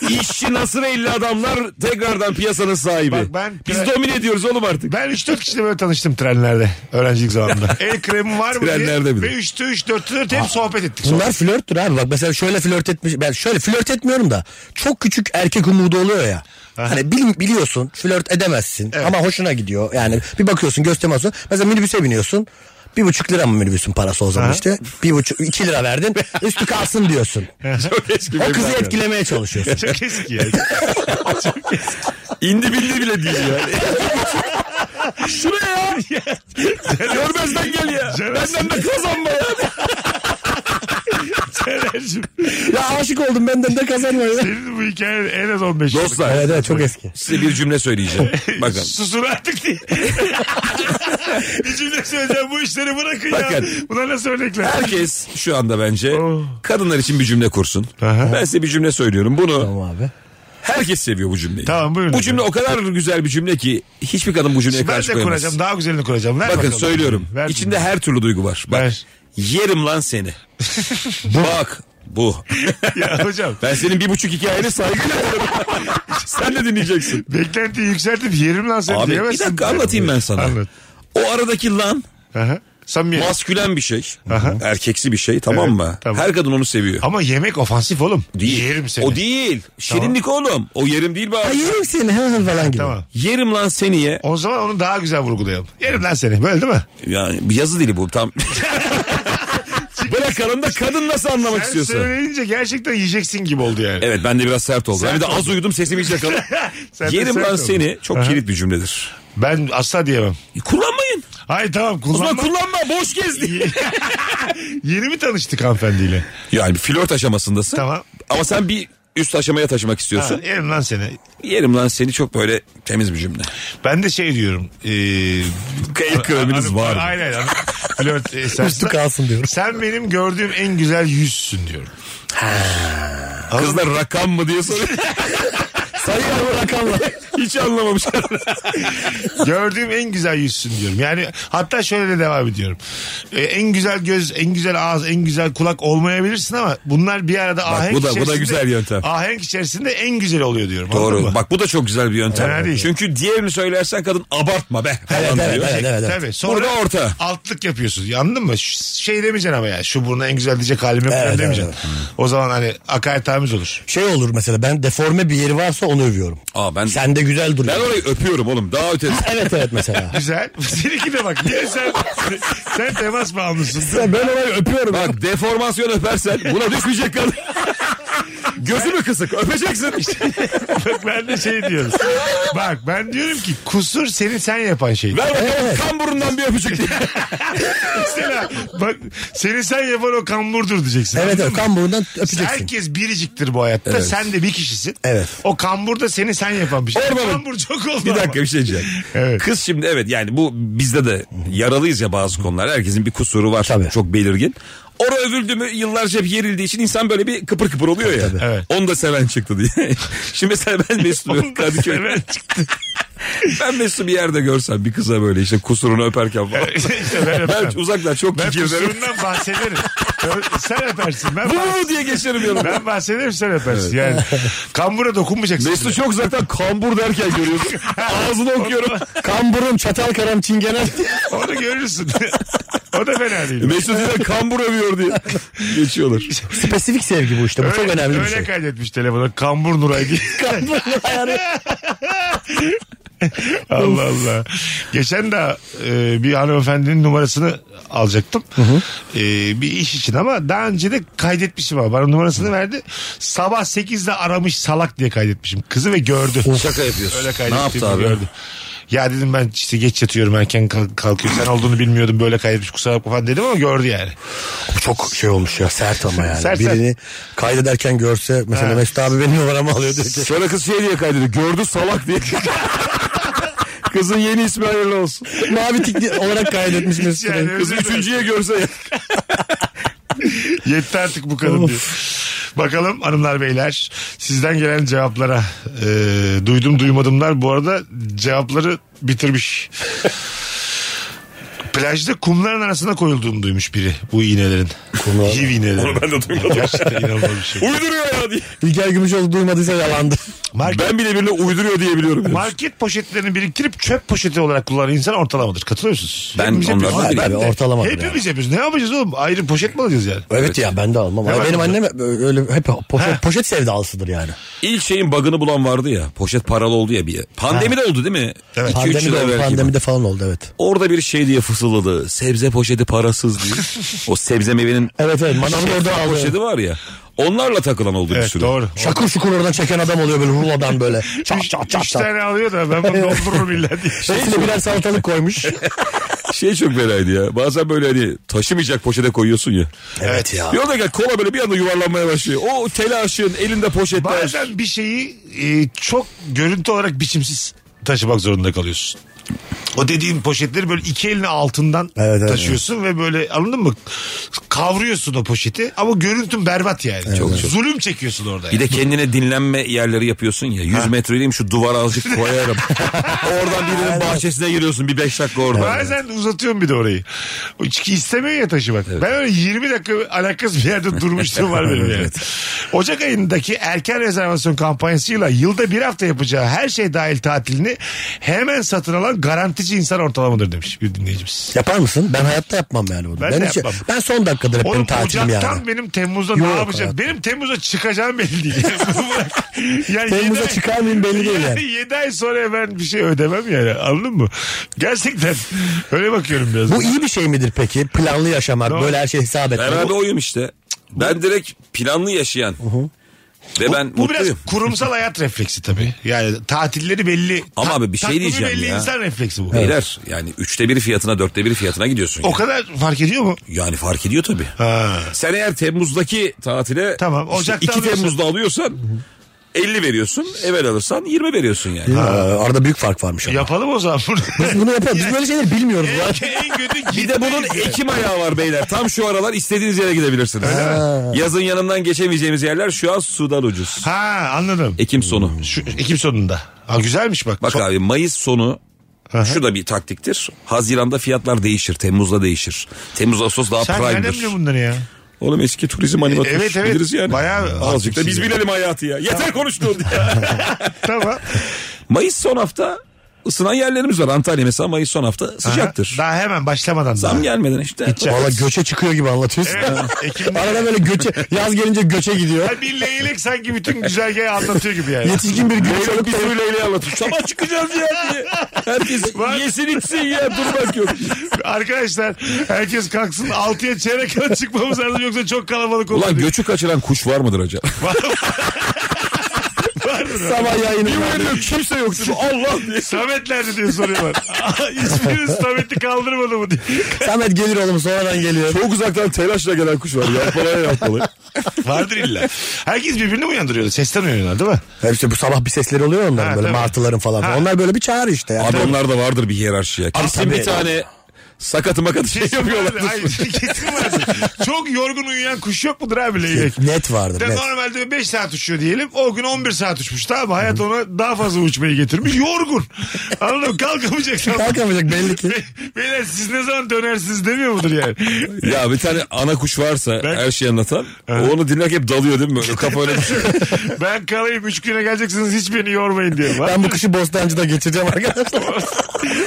S4: İşçi nasır elli adamlar tekrardan piyasanın sahibi.
S3: Bak ben-
S4: biz domine ediyoruz oğlum artık.
S3: Ben 3-4 kişiyle böyle tanıştım trenlerde. Öğrencilik zamanında. (laughs) El kremi var mı
S4: Trenlerde
S3: diye.
S4: bir de.
S3: Ve 3'te 3 4'te 4 hep sohbet ettik.
S5: Bunlar flörttür abi. Bak mesela şöyle flört etmiş. Ben şöyle flört etmiyorum da çok küçük erkek umudu oluyor ya. Hani bil- biliyorsun flört edemezsin ama hoşuna gidiyor. Yani bir bakıyorsun göz teması. Mesela minibüse biniyorsun. Bir buçuk lira mı minibüsün parası o zaman
S3: Ha.
S5: işte? Bir buçuk, iki lira verdin. Üstü kalsın diyorsun.
S4: Çok eski
S5: O
S4: bir
S5: kızı
S4: evlat yani.
S5: etkilemeye çalışıyorsun.
S3: Çok eski
S4: (laughs)
S3: ya.
S4: İndi bindi bile değil yani. Şuraya ya. Görmezden gel ya. Benden de kazanma ya.
S3: Sener'cim.
S5: (laughs) ya aşık oldum benden de kazanma ya.
S3: Senin bu hikayen en az 15 yıllık.
S4: Dostlar
S5: Evet evet çok eski.
S4: size bir cümle
S5: (laughs)
S4: söyleyeceğim. Bakın.
S3: Susun artık diye. (laughs) bir cümle söyleyeceğim bu işleri bırakın ya.
S4: Bakın.
S3: Bunlar nasıl örnekler?
S4: Herkes şu anda bence
S3: Oh.
S4: kadınlar için bir cümle kursun.
S3: Aha.
S4: Ben size bir cümle söylüyorum. Bunu
S5: Tamam abi.
S4: herkes seviyor bu cümleyi.
S3: Tamam, buyurun.
S4: Bu cümle o kadar güzel bir cümle ki hiçbir kadın bu cümleye
S3: Ben
S4: karşı
S3: de
S4: koyamaz.
S3: kuracağım daha güzelini kuracağım. Ver
S4: Bakın
S3: bakalım.
S4: söylüyorum.
S3: Ver
S4: İçinde
S3: bunu.
S4: her türlü duygu var. Bak.
S3: Ver.
S4: Yerim
S3: (laughs)
S4: lan seni. Bak bu.
S3: Ya hocam
S4: Ben senin bir buçuk hikayene saygıyla
S3: (laughs)
S4: dinliyorum. Sen de dinleyeceksin.
S3: beklentiyi yükseltip yerim lan seni
S4: Abi bir
S3: diyemezsin.
S4: dakika anlatayım ben sana.
S3: Anlat.
S4: O aradaki lan
S3: Aha. Samimiyet.
S4: maskülen bir şey.
S3: Aha.
S4: Erkeksi bir şey tamam
S3: Evet,
S4: mı?
S3: tamam.
S4: Her kadın onu seviyor.
S3: Ama yemek ofansif oğlum.
S4: Değil.
S3: Yerim seni.
S4: O değil. Şirinlik oğlum. O yerim değil be abi.
S5: Ha, yerim seni ha, ha falan gibi.
S3: Tamam.
S4: Yerim lan seniye.
S3: O zaman onu daha güzel vurgulayalım. Yerim lan seni. Böyle değil mi?
S4: Yani bir yazı dili
S3: (laughs)
S4: bu tam. Bırakalım da kadın nasıl anlamak
S3: Sen
S4: istiyorsa.
S3: söyleyince gerçekten yiyeceksin gibi oldu yani.
S4: Evet ben de biraz sert oldum.
S3: Sert
S4: Ben bir de az
S3: oldun.
S4: uyudum sesim iyice kalın.
S3: (laughs) Sen de
S4: Yerim
S3: sert
S4: lan
S3: oldun.
S4: seni çok
S3: Aha.
S4: kilit bir cümledir.
S3: Ben asla diyemem.
S4: E, Kullanmayın.
S3: Hayır tamam
S4: O zaman
S3: kullanma.
S4: kullanma boş gezdi.
S3: (laughs) Yeni mi tanıştık hanımefendiyle?
S4: yani bir flört aşamasındasın.
S3: Tamam.
S4: Ama sen bir üst aşamaya taşımak
S3: Ha,
S4: istiyorsun.
S3: yerim lan seni.
S4: Yerim lan seni çok böyle temiz bir cümle.
S3: Ben de şey diyorum. eee
S4: El kreminiz
S3: hanım-
S4: var. mı?
S3: Aynen. hanım- Flört esnasında-
S5: Üstü kalsın diyorum.
S3: Sen benim gördüğüm en güzel yüzsün diyorum.
S4: Kızlar rakam mı diye
S5: (laughs)
S4: soruyor. Sayılar mı rakam mı? Hiç anlamamışlar.
S3: Gördüğüm en güzel yüzsün diyorum. Yani hatta şöyle de devam ediyorum. Ee, en güzel göz, en güzel ağız, en güzel kulak olmayabilirsin ama bunlar bir arada ahenk
S4: bu da- bu da
S3: içerisinde-
S4: güzel yöntem.
S3: Ahenk içerisinde en güzel oluyor diyorum. Anladın
S4: Doğru.
S3: mı?
S4: Bak bu da çok güzel bir yöntem.
S3: Fena değil.
S4: Çünkü diğerini söylersen kadın abartma be. falan
S5: Evet, evet,
S4: diyor.
S5: evet, evet, evet.
S3: Tabii. Sonra
S4: Burada orta.
S3: Altlık yapıyorsun. Anladın mı? Ş- Şey demeyeceksin ama ya. Şu buruna en güzel diyecek halim yok
S5: Evet,
S3: falan
S5: evet,
S3: demeyeceksin. O zaman hani hakaretamiz olur.
S5: Şey olur mesela ben deforme bir yeri varsa onu övüyorum.
S4: Aa, ben-
S5: Sen de güzel duruyor.
S4: Ben orayı öpüyorum oğlum. Daha ötesi.
S5: Evet evet
S4: (laughs)
S5: mesela.
S3: Güzel. (laughs) Seninki de bak. Niye sen, (laughs) sen temas bağımlısın?
S5: (laughs) ben orayı öpüyorum.
S4: Bak deformasyon öpersen buna düşmeyecek
S5: (laughs)
S4: kadın. Gözü mü kısık? Öpeceksin.
S3: Bak (laughs) ben de şey diyorum. Bak ben diyorum ki kusur seni sen yapan şey.
S4: Ver bakalım
S5: Evet.
S4: kan burundan bir öpücük.
S5: (laughs)
S3: Mesela bak seni sen yapan o kamburdur diyeceksin.
S5: Evet
S3: Anladın
S5: evet
S3: mı?
S5: kan burundan öpeceksin.
S3: Herkes biriciktir bu hayatta. Sen de bir kişisin.
S5: Evet.
S3: O kambur da seni sen yapan bir şey.
S4: Ormanın-
S3: Kambur çok oldu
S4: bir
S3: ama.
S4: dakika bir şey diyeceğim.
S3: Evet.
S4: Kız şimdi evet yani bu bizde de yaralıyız ya bazı konular. Herkesin bir kusuru var.
S5: Tabii.
S4: Çok belirgin. Orada övüldü mü yıllarca hep yerildiği için insan böyle bir kıpır kıpır oluyor ya.
S3: Evet.
S4: Onu da seven çıktı diye. (laughs) Şimdi mesela ben Mesut'u
S3: Ondan
S4: Kadıköy. (laughs)
S3: sonra-
S4: Ben Mesut'u bir yerde görsem bir kıza böyle işte kusurunu öperken falan.
S3: İşte ben öpmem.
S4: ben uzaklar çok
S3: Ben
S4: kikirderim.
S3: kusurundan bahsederim. Ö- sen öpersin. Ben,
S4: (laughs) Bu
S3: bahs-
S4: mu diye geçerim yanına.
S3: ben bahsederim sen öpersin. Yani kambura dokunmayacaksın.
S4: Mesut'u çok zaten kambur derken görüyorsun. Ağzını
S3: (laughs)
S4: okuyorum.
S5: Kan burun çatal karam çingene.
S3: Onu görürsün. (laughs) o da fena değil.
S4: Mesut yine kambur
S3: (laughs)
S4: övüyor diye. Geçiyorlar.
S5: (laughs) Spesifik sevgi bu işte bu çok önemli bir
S3: öyle
S5: şey. (laughs)
S3: kaydetmiş telefona. Kambur Nuray diye. Allah Allah. Geçen de e, bir hanımefendinin numarasını alacaktım. E, bir iş için ama daha önce de kaydetmişim ama bana numarasını verdi. Sabah 8'de aramış salak diye kaydetmişim. Kızı ve gördü.
S4: Şaka yapıyorsun.
S3: Öyle
S4: ne yaptı
S3: kaydettiğimi
S4: abi?
S3: gördü. Ya dedim ben işte geç yatıyorum erken kalk- kalkıyorum. Sen olduğunu bilmiyordum böyle kaydetmiş kusura bakma falan dedim ama gördü yani.
S5: Bu çok şey olmuş ya sert ama yani.
S3: Sert,
S5: Birini kaydederken görse mesela Mesut abi benim numaramı alıyor diyor ki.
S4: Sonra kız şey diye kaydediyor. Gördü salak
S5: (laughs)
S4: diye. Kızın yeni ismi hayırlı olsun.
S5: Mavi tik diye- olarak kaydetmiş Mesut
S3: Yani
S5: abi.
S3: öyle
S4: Kızı
S3: böyle.
S4: üçüncüye görse ya.
S3: Yetti artık bu kadın diyor. Bakalım hanımlar beyler sizden gelen cevaplara e, duydum duymadımlar bu arada cevapları bitirmiş. Plajda kumların arasına koyulduğunu duymuş biri bu iğnelerin.
S5: Bunu...
S3: Yemin ederim.
S4: Onu ben de duymadım.
S3: Gerçekten inanılmaz bir şey.
S4: Uyduruyor ya diye.
S5: İlker Gümüşoğlu duymadıysa
S4: (laughs)
S5: yalandı.
S3: Market,
S4: Ben bile birine uyduruyor diye biliyorum.
S3: market poşetlerini biriktirip çöp poşeti olarak kullanan insan ortalamadır. Katılıyor musunuz?
S4: Ben
S3: Hepimiz
S4: onlar
S3: yapıyoruz.
S4: değilim.
S5: Ben de
S3: de.
S5: ortalamadır
S3: Hepimiz yapıyoruz. Ne yapacağız oğlum? Ayrı poşet mi alacağız yani?
S5: Evet, ya ben de almam.
S3: Hemen
S5: benim
S3: aldım.
S5: annem hep öyle hep poşet,
S3: Ha.
S5: poşet sevdalısıdır yani.
S4: İlk şeyin bug'ını bulan vardı ya. Poşet paralı oldu ya bir. Pandemide oldu değil mi?
S3: Evet.
S4: 2-3 yıl
S5: Pandemide,
S4: evvelki bu.
S5: pandemide falan oldu evet.
S4: Orada bir şey diye fısıldadı. Sebze poşeti parasız (laughs) diye. o sebze meyvenin
S5: Evet evet manavın
S4: şey,
S5: orada aldı.
S4: poşeti var ya. Onlarla takılan oldu bir
S3: Evet
S4: sürü.
S3: doğru.
S5: Şakır şukur oradan çeken adam oluyor böyle rulodan böyle. Çat
S3: Üç,
S5: çat çat
S3: üç
S5: çat.
S3: tane alıyor da ben bunu doldururum illa diye.
S4: (laughs)
S5: Hepsine birer salatalık koymuş.
S4: (laughs) Şey çok belaydı ya. Bazen böyle hani taşımayacak poşete koyuyorsun ya.
S5: evet ya.
S4: Bir anda gel kola böyle bir anda yuvarlanmaya başlıyor. O telaşın elinde poşetler.
S3: Bazen bir şeyi e, çok görüntü olarak biçimsiz taşımak zorunda kalıyorsun. O dediğin poşetleri böyle iki elini altından
S5: Evet, evet,
S3: taşıyorsun ve böyle anladın mı? Kavruyorsun o poşeti ama görüntün berbat yani. çok, Zulüm çekiyorsun orada.
S4: Bir
S3: yani.
S4: de kendine dinlenme yerleri yapıyorsun ya. 100 metreliyim şu duvara
S3: (laughs)
S4: azıcık koyarım. Oradan birinin bahçesine giriyorsun bir 5 dakika orada.
S3: Bazen uzatıyorum bir de orayı. O Çünkü istemiyor ya taşımak. Ben öyle 20 dakika alakasız bir yerde durmuştum var benim yani. Ocak ayındaki erken rezervasyon kampanyasıyla yılda bir hafta yapacağı her şey dahil tatilini hemen satın alan garantici insan ortalamadır demiş bir dinleyicimiz.
S5: Yapar mısın? Ben hayatta yapmam yani bunu.
S3: Ben
S5: Ben,
S3: de
S5: hiç-
S3: yapmam.
S5: ben son dakikadır hep benim
S3: Oğlum
S5: tatilim
S3: Ocak'tan
S5: yani.
S3: benim Temmuz'da ne
S5: Yok
S3: yapacağım?
S5: hayatım.
S3: Benim Temmuz'a çıkacağım belli değil.
S5: (laughs)
S3: (laughs) yani
S5: Temmuz'a
S3: yedi ay-
S5: çıkar mıyım belli değil
S3: (laughs)
S5: yani.
S3: 7 ay sonra ben bir şey ödemem yani anladın mı? Gerçekten öyle bakıyorum biraz.
S5: Bu iyi bir şey midir peki? Planlı yaşamak,
S3: Doğru.
S5: böyle her şeyi hesap etmek.
S4: Beraber oyum işte. Ben direkt planlı yaşayan. Ve ben
S3: Bu biraz
S4: mutluyum. (laughs)
S3: kurumsal hayat refleksi tabii. Yani tatilleri belli.
S4: Ama abi bir şey
S3: takvimi
S4: diyeceğim
S3: belli
S4: ya.
S3: insan refleksi bu.
S4: Beyler yani üçte biri fiyatına dörtte biri fiyatına gidiyorsun.
S3: O
S4: yani.
S3: kadar fark ediyor mu?
S4: Yani fark ediyor tabii.
S3: Ha.
S4: Sen eğer Temmuz'daki tatile
S3: Tamam, Ocak'ta
S4: işte 2
S3: alıyorsun.
S4: Temmuz'da alıyorsan 50 veriyorsun. Evvel alırsan 20 veriyorsun yani.
S5: Ee, Arada büyük fark varmış ama.
S3: Yapalım o zaman
S4: (laughs)
S3: bunu.
S5: Biz bunu yapalım. Biz böyle şeyleri bilmiyoruz. lan.
S3: en, (laughs) en kötü
S4: Bir de bunun
S3: gitmeyiz.
S4: Ekim ayağı var beyler. Tam şu aralar istediğiniz yere gidebilirsiniz. Yazın yanından geçemeyeceğimiz yerler şu an sudan ucuz.
S3: Ha anladım.
S4: Ekim sonu.
S3: Şu, Ekim sonunda. Ha, güzelmiş bak.
S4: Bak
S3: Son-
S4: abi Mayıs sonu şu da bir taktiktir. Haziran'da fiyatlar değişir. Temmuz'da değişir. Temmuz Ağustos daha
S3: Sen nereden
S4: prime'dir.
S3: biliyorsun bunları ya?
S4: Oğlum eski turizm animatörü.
S3: Evet, evet.
S4: Biliriz yani.
S3: Bayağı
S4: Azıcık da biz
S3: haklısın.
S4: bilelim hayatı ya. Yeter konuştuğun
S3: (laughs)
S4: diye. (laughs)
S3: tamam.
S4: Mayıs son hafta ısınan yerlerimiz var. Antalya mesela Mayıs son hafta sıcaktır.
S3: Daha hemen başlamadan daha.
S4: Zam gelmeden işte.
S5: Valla göçe çıkıyor gibi anlatıyorsun.
S3: Evet, Ekim'de-
S5: (laughs) Arada böyle göçe, yaz gelince göçe gidiyor.
S3: Ha, bir leylek sanki bütün güzergahı anlatıyor gibi yani.
S5: Yetişkin bir göç olup da-
S4: Sabah çıkacağız ya diye. Herkes
S3: Var.
S4: yesin içsin ya durmak yok.
S3: Arkadaşlar herkes kalksın 6'ya çeyrek kala çıkmamız lazım yoksa çok kalabalık olur.
S4: Ulan göçü kaçıran kuş var mıdır acaba?
S5: Sabah yayını.
S4: Yok kimse yok. Allah diye.
S3: Samet nerede diye (laughs) soruyorlar. Hiçbiriniz Samet'i kaldırmadı mı diye.
S5: Samet gelir oğlum sonradan geliyor.
S4: Çok uzaktan telaşla gelen kuş var. Yapmalaya yapmalı.
S3: Vardır illa. Herkes birbirini uyandırıyor. Sesten uyanıyorlar değil mi?
S5: Hepsi bu sabah bir sesleri oluyor ya onların
S3: Ha,
S5: böyle
S3: tabii.
S5: martıların falan.
S3: Ha.
S5: Onlar böyle bir çağrı işte. Yani.
S4: Abi onlar da vardır bir hiyerarşi ya. Kesin
S5: tabii.
S4: bir tane sakat makat şey yapıyorlar.
S3: Hayır, kesin vardır. Çok yorgun uyuyan kuş yok mudur abi leylek?
S5: Net vardır
S3: De
S5: net. (laughs)
S3: normalde 5 saat uçuyor diyelim. O gün 11 saat uçmuş tamam mı? Hayat ona daha fazla uçmayı getirmiş. Yorgun. Anladın mı? Kalkamayacak.
S5: Kalkamayacak belli ki.
S3: Be- Beyler siz ne zaman dönersiniz demiyor mudur yani?
S4: Ya bir tane ana kuş varsa
S3: Ben-
S4: her şeyi anlatan o onu dinlerken hep dalıyor değil mi? Böyle kafa öyle şey. (laughs) düşüyor.
S3: Ben kalayım 3 güne geleceksiniz hiç beni yormayın diyorum. Var-
S5: Ben bu kışı Bostancı'da
S3: (laughs)
S5: geçireceğim arkadaşlar.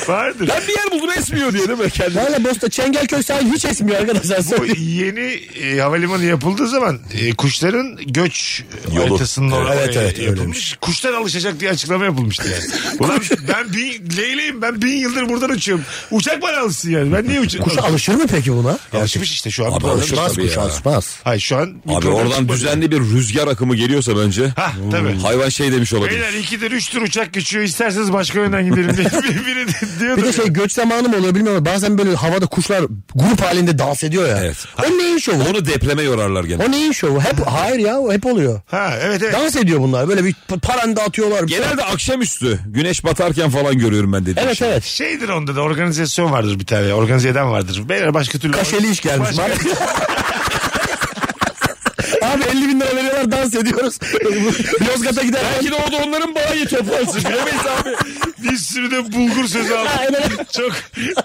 S3: Vardır.
S4: ben bir yer buldum esmiyor diye değil mi? Kendi
S5: Valla Bosta Çengelköy sahil hiç esmiyor arkadaşlar.
S3: Bu
S5: söyleyeyim.
S3: yeni e, havalimanı yapıldığı zaman e, kuşların göç e,
S4: Yolu.
S3: haritasının
S4: Evet,
S3: oraya
S5: evet, evet,
S3: yapılmış.
S5: öyleymiş.
S3: Kuşlar alışacak diye açıklama yapılmıştı yani. Ulan ben bin, leyleyim ben bin yıldır buradan uçuyorum. Uçak bana alışsın yani. Ben niye uçuyorum?
S5: Kuşa alışır mı peki buna?
S3: Alışmış işte şu an.
S4: Abi
S3: problem-
S4: alışır
S5: Alışmaz
S4: tabii
S5: kuş
S4: ya.
S5: alışmaz.
S3: Hayır şu an. bir
S4: Abi
S3: problem
S4: oradan
S3: çıkmadı.
S4: düzenli bir rüzgar akımı geliyorsa bence
S3: Hah, tabii.
S4: hayvan şey demiş olabilir.
S3: Beyler ikidir üçtür uçak geçiyor isterseniz başka yönden gidelim diye bir- biri diyordu.
S5: Bir de şey göç zamanı mı oluyor bilmiyorum. ama Bazen böyle havada kuşlar grup halinde dans ediyor ya.
S4: Evet.
S5: O neyin şovu?
S4: Onu depreme yorarlar gene.
S5: O neyin şovu? Hep hayır ya o hep oluyor.
S3: Ha evet evet.
S5: Dans ediyor bunlar. Böyle bir p- paranda atıyorlar.
S4: Genelde akşamüstü güneş batarken falan görüyorum ben dediğim
S5: Evet
S4: şey.
S5: evet.
S3: Şeydir onda da organizasyon vardır bir tane. Organize eden vardır. Beyler başka türlü.
S5: Kaşeli iş gelmiş.
S3: Başka-
S5: bana. (laughs) Abi 50 bin lira veriyorlar dans ediyoruz. (laughs) Yozgat'a gider.
S4: Belki de orada onların bayi toplarsın. Bilemeyiz
S5: (laughs)
S4: abi.
S3: Bir sürü de bulgur sözü aldım. çok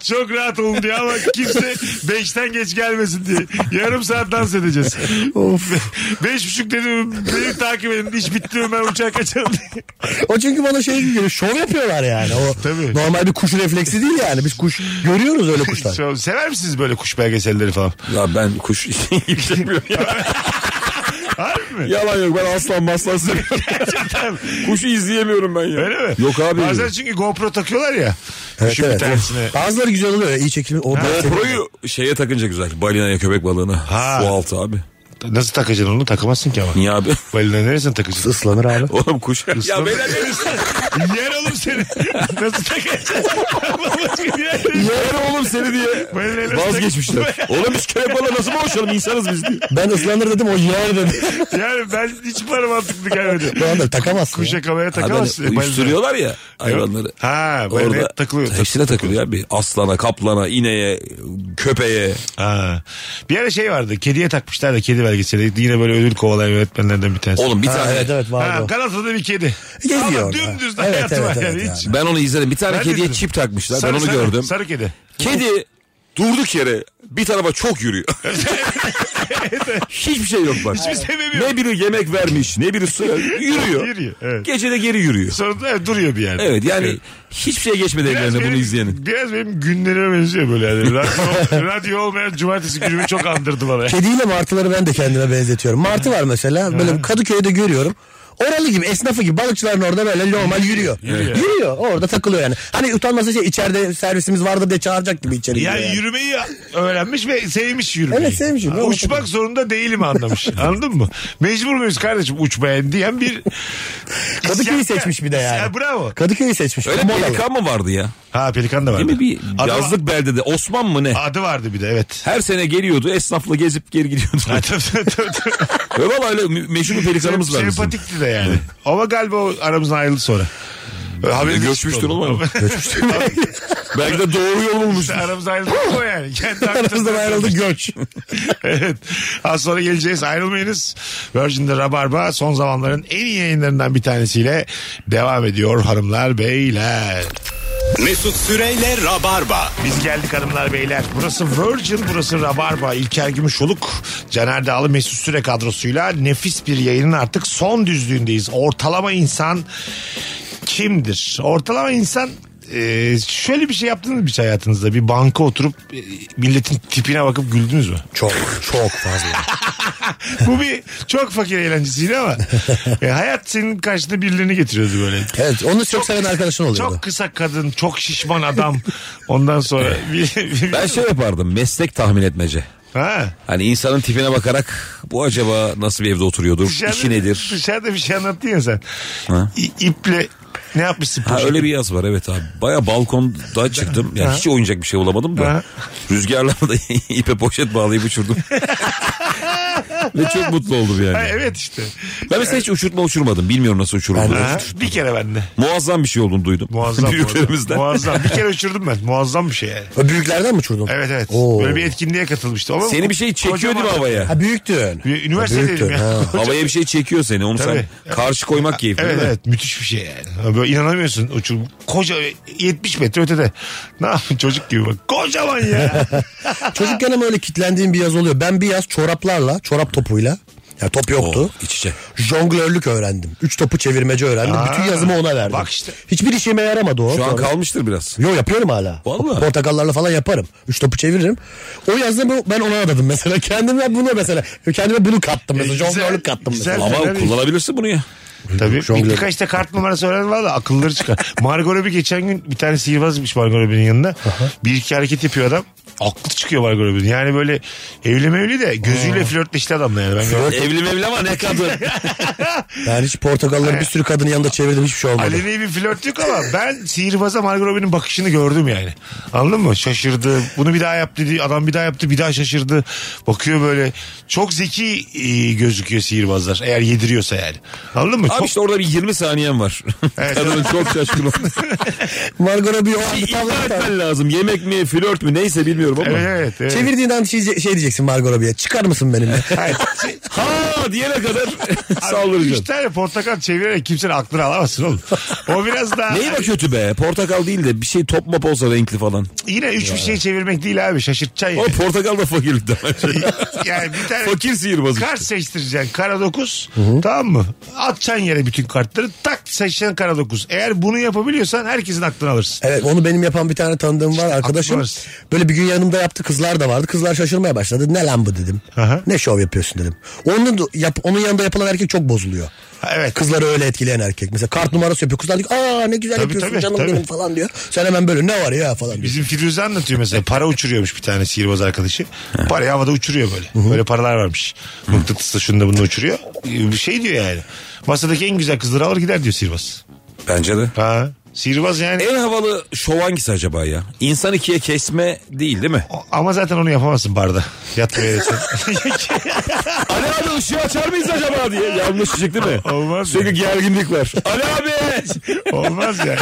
S3: çok rahat olun diye ama kimse beşten geç gelmesin diye. Yarım saat dans edeceğiz. Be- Beş buçuk dedim beni takip edin. İş bitti mi ben uçağa kaçarım diye.
S5: O çünkü bana şey gibi geliyor, şov yapıyorlar yani. O
S3: Tabii.
S5: normal bir kuş refleksi değil yani. Biz kuş görüyoruz öyle kuşlar.
S3: Çok- Sever misiniz böyle kuş belgeselleri falan?
S4: Ya ben kuş
S3: (laughs)
S4: yükselmiyorum ya.
S3: Harbi mi?
S4: Yalan yok ben aslan maslan seviyorum.
S3: Gerçekten.
S4: Kuşu izleyemiyorum ben ya.
S3: Öyle mi?
S4: Yok abi.
S3: Bazen çünkü GoPro takıyorlar ya.
S5: Evet,
S3: kuşun bir
S5: evet.
S3: tanesine.
S5: Bazıları güzel oluyor ya, iyi çekilmiş. O dans ediyor.
S4: GoPro'yu şeye takınca güzel. Balinaya köpek balığına.
S3: Ha.
S4: Su altı abi.
S3: Nasıl takacaksın onu? Takamazsın ki ama.
S4: Niye abi? (laughs)
S3: Balina neresine takacaksın?
S5: (laughs) ıslanır abi.
S4: Oğlum kuş. ya
S3: Islanır.
S4: beyler ne
S3: Yer oğlum seni. Nasıl takacaksın? (laughs) Başka bir yer.
S4: Yer oğlum seni diye
S3: Balinayla
S4: vazgeçmişler. oğlum biz köpek balığına nasıl boğuşalım insanız biz diye.
S5: Ben ıslanır dedim o yer dedi.
S4: (laughs)
S3: Yani ben hiç bana mantıklı gelmedi.
S5: Bu anda takamazsın. ya.
S3: Kuşa kamera
S4: Hani
S3: takamazsın. Balina.
S4: uyuşturuyorlar ya hayvanları.
S3: Ha, balinaya takılıyor.
S4: Hepsine takılıyor abi. Aslana, kaplana, ineğe, köpeğe.
S3: Ha. Bir ara şey vardı. Kediye takmışlar da kedi belgeseli. Yine böyle ödül kovalayan öğretmenlerden bir tanesi.
S4: Oğlum bir
S5: Ha,
S4: tane
S5: evet evet vardı
S3: Ha,
S5: o.
S3: Galatasaray'da bir kedi.
S5: Geziyor
S3: Ama
S5: orada.
S3: dümdüz de
S5: Evet,
S3: hayatı
S5: evet,
S3: var
S5: evet
S3: yani.
S5: yani.
S3: Hiç. şey-
S4: ben onu izledim. Bir tane
S3: Ben de
S4: kediye
S3: izledim.
S4: çip takmışlar.
S3: Sarı,
S4: ben onu
S3: sarı,
S4: gördüm.
S3: Sarı kedi.
S4: Kedi durduk yere bir tarafa
S3: (laughs)
S4: çok yürüyor. Hiçbir şey yok bak.
S3: Hiçbir sebebi yok.
S4: Ne biri yemek vermiş, ne biri su yürüyor.
S3: Yürüyor, evet.
S4: Gece de geri yürüyor.
S3: Sonra da evet, duruyor bir yerde.
S4: Evet yani hiçbir şey geçmedi
S3: Biraz
S4: ellerine bunu
S3: benim-
S4: izleyenin.
S3: Biraz benim günlerime benziyor böyle
S4: (laughs)
S3: yani. Radyo, radyo olmayan cumartesi günümü çok andırdı bana.
S5: Kediyle martıları ben de kendime benzetiyorum. Martı var mesela böyle Kadıköy'de görüyorum. Oralı gibi esnafı gibi balıkçıların orada böyle normal yürüyor. Yürüyor. Orada takılıyor yani. Hani utanmasa şey içeride servisimiz vardır diye çağıracak gibi içeri. giriyor
S3: Yani
S5: yani.
S3: yürümeyi öğrenmiş ve sevmiş yürümeyi.
S5: Evet, sevmiş yürümeyi.
S3: Ha, Uçmak zorunda değilim
S5: (laughs)
S3: anlamış. Anladın mı? Mecbur muyuz kardeşim uçmaya diyen bir...
S5: Kadıköy'ü
S3: İsyan-
S5: seçmiş bir de yani.
S3: İsyan- bravo.
S5: Kadıköy'ü seçmiş.
S4: Öyle
S5: Modalı.
S4: pelikan mı vardı ya?
S3: Ha pelikan da vardı.
S4: Değil mi bir
S3: Adı-
S4: yazlık beldede Osman mı ne?
S3: Adı vardı bir de evet.
S4: Her sene geliyordu esnafla gezip geri
S3: Ha,
S4: gidiyordu.
S3: tabii, (laughs) tabii, tabii.
S4: Ve valla (laughs) öyle mü- meşhur bir pelikanımız var bizim.
S3: Sempatikti de yani. Ama galiba o aramızdan ayrıldı sonra.
S5: Ee,
S3: Haberiniz
S4: Göçmüştür
S3: oldu.
S4: oğlum. Göçmüştür. Belki de doğru yol bulmuştur.
S3: Aramızdan ayrıldı o
S5: (laughs)
S3: yani. Kendi
S5: Aramızdan ayrıldı göç.
S3: (laughs) evet. Az sonra geleceğiz. Ayrılmayınız. Virgin'de Rabarba son zamanların en iyi yayınlarından bir tanesiyle devam ediyor hanımlar beyler.
S2: Mesut Süreyle Rabarba.
S3: Biz geldik hanımlar beyler. Burası Virgin, burası Rabarba. İlker Gümüşoluk, Caner Dağlı, Mesut Süre kadrosuyla nefis bir yayının artık son düzlüğündeyiz. Ortalama insan kimdir? Ortalama insan e, şöyle bir şey yaptınız mı hiç hayatınızda? Bir banka oturup e, milletin tipine bakıp güldünüz
S4: (laughs)
S3: mü?
S5: Çok
S3: (laughs)
S5: çok fazla.
S3: Bu bir çok fakir eğlencesiydi ama e, hayat senin karşına birilerini getiriyordu böyle.
S5: Evet onu çok seven arkadaşın oluyordu.
S3: Çok kısa kadın, çok şişman adam. Ondan sonra bir- bir-
S4: Ben şey yapardım meslek tahmin etmece.
S3: ha.
S4: Hani insanın tipine bakarak bu acaba nasıl bir evde oturuyordur, işi nedir?
S3: Dışarıda bir şey anlattın ya sen.
S4: Ha?
S3: İ- İple ne yapmışsın?
S4: Ha,
S3: poşeti?
S4: öyle bir yaz var evet abi. Baya balkonda çıktım. Yani hiç oynayacak bir şey bulamadım da.
S3: Ha.
S4: Rüzgarla da (laughs) ipe poşet
S3: (laughs)
S4: bağlayıp uçurdum. Ve çok mutlu oldum yani.
S3: Ha, evet işte.
S4: Ben mesela hiç uçurtma uçurmadım. Bilmiyorum nasıl uçuruldu.
S3: Ha, bir kere ben de.
S4: Muazzam bir şey olduğunu duydum. (laughs)
S3: Muazzam.
S4: Büyüklerimizden.
S3: Muazzam. Bir
S4: (laughs)
S3: kere uçurdum ben. Muazzam bir şey yani.
S5: O Büyüklerden mi uçurdun?
S3: Evet evet.
S5: Oo.
S3: Böyle bir etkinliğe katılmıştım. Ama
S4: Seni bir şey çekiyor değil mi
S3: Kocaman-
S4: havaya?
S5: Ha büyüktün.
S3: Bir Üniversitedeydim
S5: Büyüktün,
S3: (laughs) ya.
S5: ha.
S4: Havaya bir şey çekiyor seni. Onu
S3: Tabii.
S4: sen karşı koymak keyifli
S3: Evet
S4: değil mi?
S3: evet müthiş bir şey yani. Böyle inanamıyorsun uçur. Koca 70 metre ötede. Ne yapayım çocuk gibi bak. Kocaman ya.
S4: (laughs)
S5: Çocukken ama öyle kitlendiğim bir yaz oluyor. Ben bir yaz çoraplarla, çorap topuyla. Ya top yoktu.
S4: Oo, iç içe.
S5: Jonglörlük öğrendim. Üç topu çevirmece öğrendim.
S3: Aa,
S5: Bütün yazımı ona verdim.
S3: bak işte.
S5: Hiçbir işime yaramadı o.
S4: Şu an
S5: Sonra-
S4: kalmıştır biraz.
S5: Yo yapıyorum hala.
S4: Vallahi.
S5: Portakallarla falan yaparım. Üç topu çeviririm. O yazımı ben ona adadım mesela. (laughs) Kendime bunu mesela. Kendime bunu kattım mesela.
S3: E, güzel,
S5: Jonglörlük kattım
S3: güzel.
S5: mesela.
S4: Ama
S3: Fener-
S4: kullanabilirsin bunu ya.
S3: Tabii.
S5: Jonglör.
S3: Birkaç da kart numarası öğrendim valla akılları çıkar. (laughs) Margot Robbie geçen gün bir tane sihirbazmış Margot Robbie'nin yanında. bir iki hareket yapıyor adam. Aklı çıkıyor Margot Robbie'nin. Yani böyle evli mevli de
S4: Hmm.
S3: gözüyle flörtleşti adamla yani. Ben gördüm.
S4: Evli mevli ama ne kadın.
S5: Ben hiç portakalları bir sürü kadının yanında çevirdim. Hiçbir şey olmadı.
S3: Aleni bir flört yok ama ben sihirbaza Margot Robbie'nin bakışını gördüm yani. Anladın mı? Şaşırdı. Bunu bir daha yap dedi. Adam bir daha yaptı. Bir daha şaşırdı. Bakıyor böyle. Çok zeki e, gözüküyor sihirbazlar. Eğer yediriyorsa yani. Anladın mı?
S4: Abi
S3: Çok-
S4: işte orada bir 20 saniyen var.
S3: Evet.
S4: (laughs) Kadının
S3: (laughs)
S4: çok şaşkın oldu.
S5: Margot Robbie o anda
S4: İkna
S5: tavla-
S4: etmen lazım. Yemek mi, flört mü neyse bir bilmiyorum ama.
S3: Evet evet. evet.
S5: Çevirdiğin an şey, şey diyeceksin Margot Robbie'ye. Çıkar mısın benimle?
S3: Hayır, şey-
S4: Ha diyene kadar (laughs)
S3: Üç
S4: saldıracaksın.
S3: tane portakal çevirerek kimsenin aklını alamazsın oğlum. O biraz daha...
S4: Neyi bak kötü be? Portakal değil de bir şey top mop olsa renkli falan.
S3: Yine üç bir şey çevirmek değil abi şaşırtacaksın
S4: O
S3: yani.
S4: portakal da fakirlikten.
S3: (laughs) yani bir tane
S4: Fakir sihirbazı.
S3: kart seçtireceksin kara dokuz tamam mı? Atacaksın yere bütün kartları tak seçeceksin kara dokuz. Eğer bunu yapabiliyorsan herkesin aklını alırsın.
S5: Evet onu benim yapan bir tane tanıdığım var arkadaşım.
S3: aklımız.
S5: Böyle bir gün yanımda yaptı kızlar da vardı. Kızlar şaşırmaya başladı. Ne lan bu dedim.
S3: Aha.
S5: Ne şov yapıyorsun dedim. Onun, da- yap, onun yanında yapılan erkek çok bozuluyor.
S3: Ha, Evet.
S5: Kızları öyle etkileyen erkek. Mesela kart numarası yapıyor. Kızlar diyor ki, aa ne güzel
S3: Tabii,
S5: yapıyorsun
S3: tabii,
S5: canım
S3: tabii.
S5: benim falan diyor. Sen hemen böyle ne var ya falan diyor.
S3: Bizim Firuze anlatıyor mesela para uçuruyormuş bir tane sihirbaz arkadaşı. Parayı havada uçuruyor böyle. Böyle paralar varmış. Mıknatısı da şunda bunu uçuruyor. Ee, Bir şey diyor yani. Masadaki en güzel kızları alır gider diyor sihirbaz.
S4: Bence de.
S3: Ha. Sihirbaz yani
S4: En havalı şov hangisi acaba ya? İnsan ikiye kesme değil değil
S3: (laughs)
S4: mi?
S3: ama zaten onu yapamazsın barda. Yatmaya desen.
S4: Ali abi ışığı açar mıyız acaba diye. Yanlış çiçek değil mi?
S3: Olmaz
S4: Sürekli
S3: ya.
S4: gerginlik var.
S3: (laughs)
S4: Ali abi!
S3: (laughs) Olmaz yani.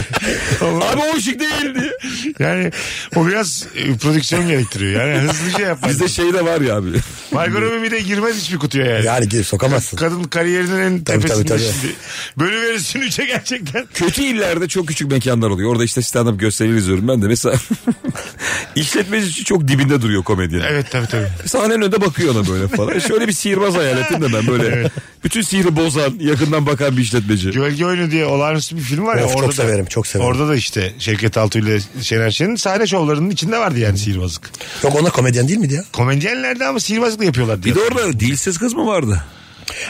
S3: Olmaz.
S4: abi o ışık değil diye.
S3: Yani o biraz e, prodüksiyon gerektiriyor. Yani hızlıca yapar.
S4: Bizde şey de var ya abi.
S3: Margot Robbie bir de girmez hiçbir kutuya yani.
S5: Yani gir sokamazsın.
S3: Kadın kariyerinin en
S5: Tabii,
S3: tepesinde
S5: tabii, tabii.
S3: şimdi. Bölü verirsin üçe gerçekten.
S4: Kötü illerde çok küçük mekanlar oluyor. Orada işte stand-up gösterileri izliyorum ben de. Mesela (laughs) işletmecisi çok dibinde duruyor komedyenin.
S3: Evet tabii tabii.
S4: Sahnenin önünde bakıyor ona böyle falan. Şöyle bir sihirbaz hayal ettim de ben böyle. Bütün sihri bozan, yakından bakan bir işletmeci.
S3: Gölge Oyunu diye olağanüstü bir film var ya.
S5: Of, çok severim, çok severim.
S3: Orada da işte Şevket Altu ile Şener Şen'in sahne şovlarının içinde vardı yani sihirbazlık.
S5: Yok ona komedyen değil miydi ya?
S3: Komedyenlerde ama sihirbazlık da yapıyorlar diye.
S4: Bir de orada dilsiz kız mı vardı?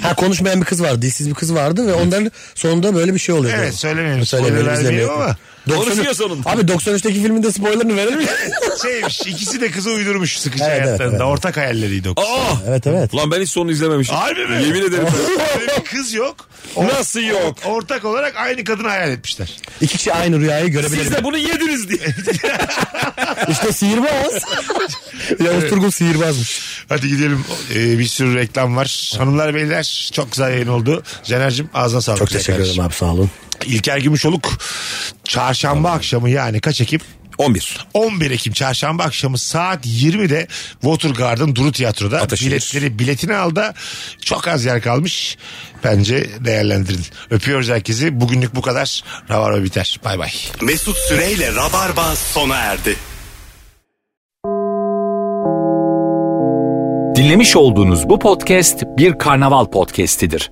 S5: Ha konuşmayan bir kız vardı. Dilsiz bir kız vardı ve onların sonunda böyle bir şey oluyor.
S3: Evet, söylemeyelim. Spoiler vermeyelim ama.
S5: 93
S4: Konuşuyor sonunda.
S5: Abi 93'teki filmin de spoilerını verelim
S3: (laughs)
S5: mi?
S3: Şeymiş ikisi de kızı uydurmuş sıkıcı
S5: Evet, evet,
S3: hayatlarında.
S5: evet.
S3: Ortak hayalleriydi o kız.
S4: Aa!
S5: evet evet.
S4: Lan ben hiç sonunu izlememişim.
S3: Harbi mi?
S4: Yemin ederim.
S3: Böyle
S5: (laughs)
S3: bir kız yok.
S4: Nasıl yok?
S3: Ortak olarak aynı kadını hayal etmişler.
S5: İki kişi aynı rüyayı görebilir.
S4: Siz de bunu yediniz diye.
S5: İşte sihirbaz. Yavuz Turgul sihirbazmış.
S3: Hadi gidelim. Ee, bir sürü reklam var. Hanımlar beyler çok güzel yayın oldu. Caner'cim ağzına sağlık.
S5: Çok teşekkür ederim abi sağ olun.
S3: İlker Gümüşoluk çarşamba akşamı yani kaç Ekim?
S4: 11.
S3: 11 Ekim çarşamba akşamı saat 20'de Watergarden Duru Tiyatro'da
S4: Ateşimiz.
S3: biletleri biletini al da çok az yer kalmış. Bence değerlendirin. Öpüyoruz herkesi. Bugünlük bu kadar. Ravarva biter. Bay bay.
S2: Mesut Süreyle Rabarba sona erdi.
S1: Dinlemiş olduğunuz bu podcast bir karnaval podcastidir.